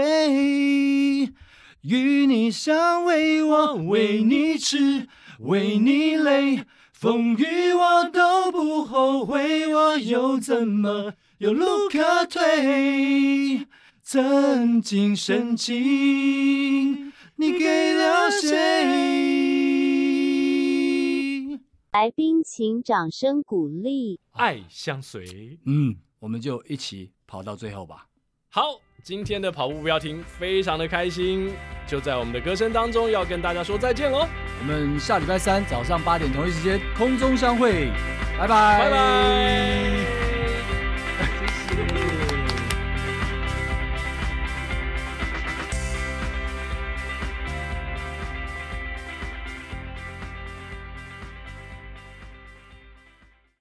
B: 与你相偎，我为你痴，为你累，风雨我都不后悔，我又怎么有路可退？曾经深情，你给了谁？
E: 来宾请掌声鼓励。
B: 啊
A: 爱相随。
B: 嗯，我们就一起跑到最后吧。
A: 好，今天的跑步不要停，非常的开心。就在我们的歌声当中，要跟大家说再见喽，
B: 我们下礼拜三早上八点同一时间空中相会，拜拜，
A: 拜拜。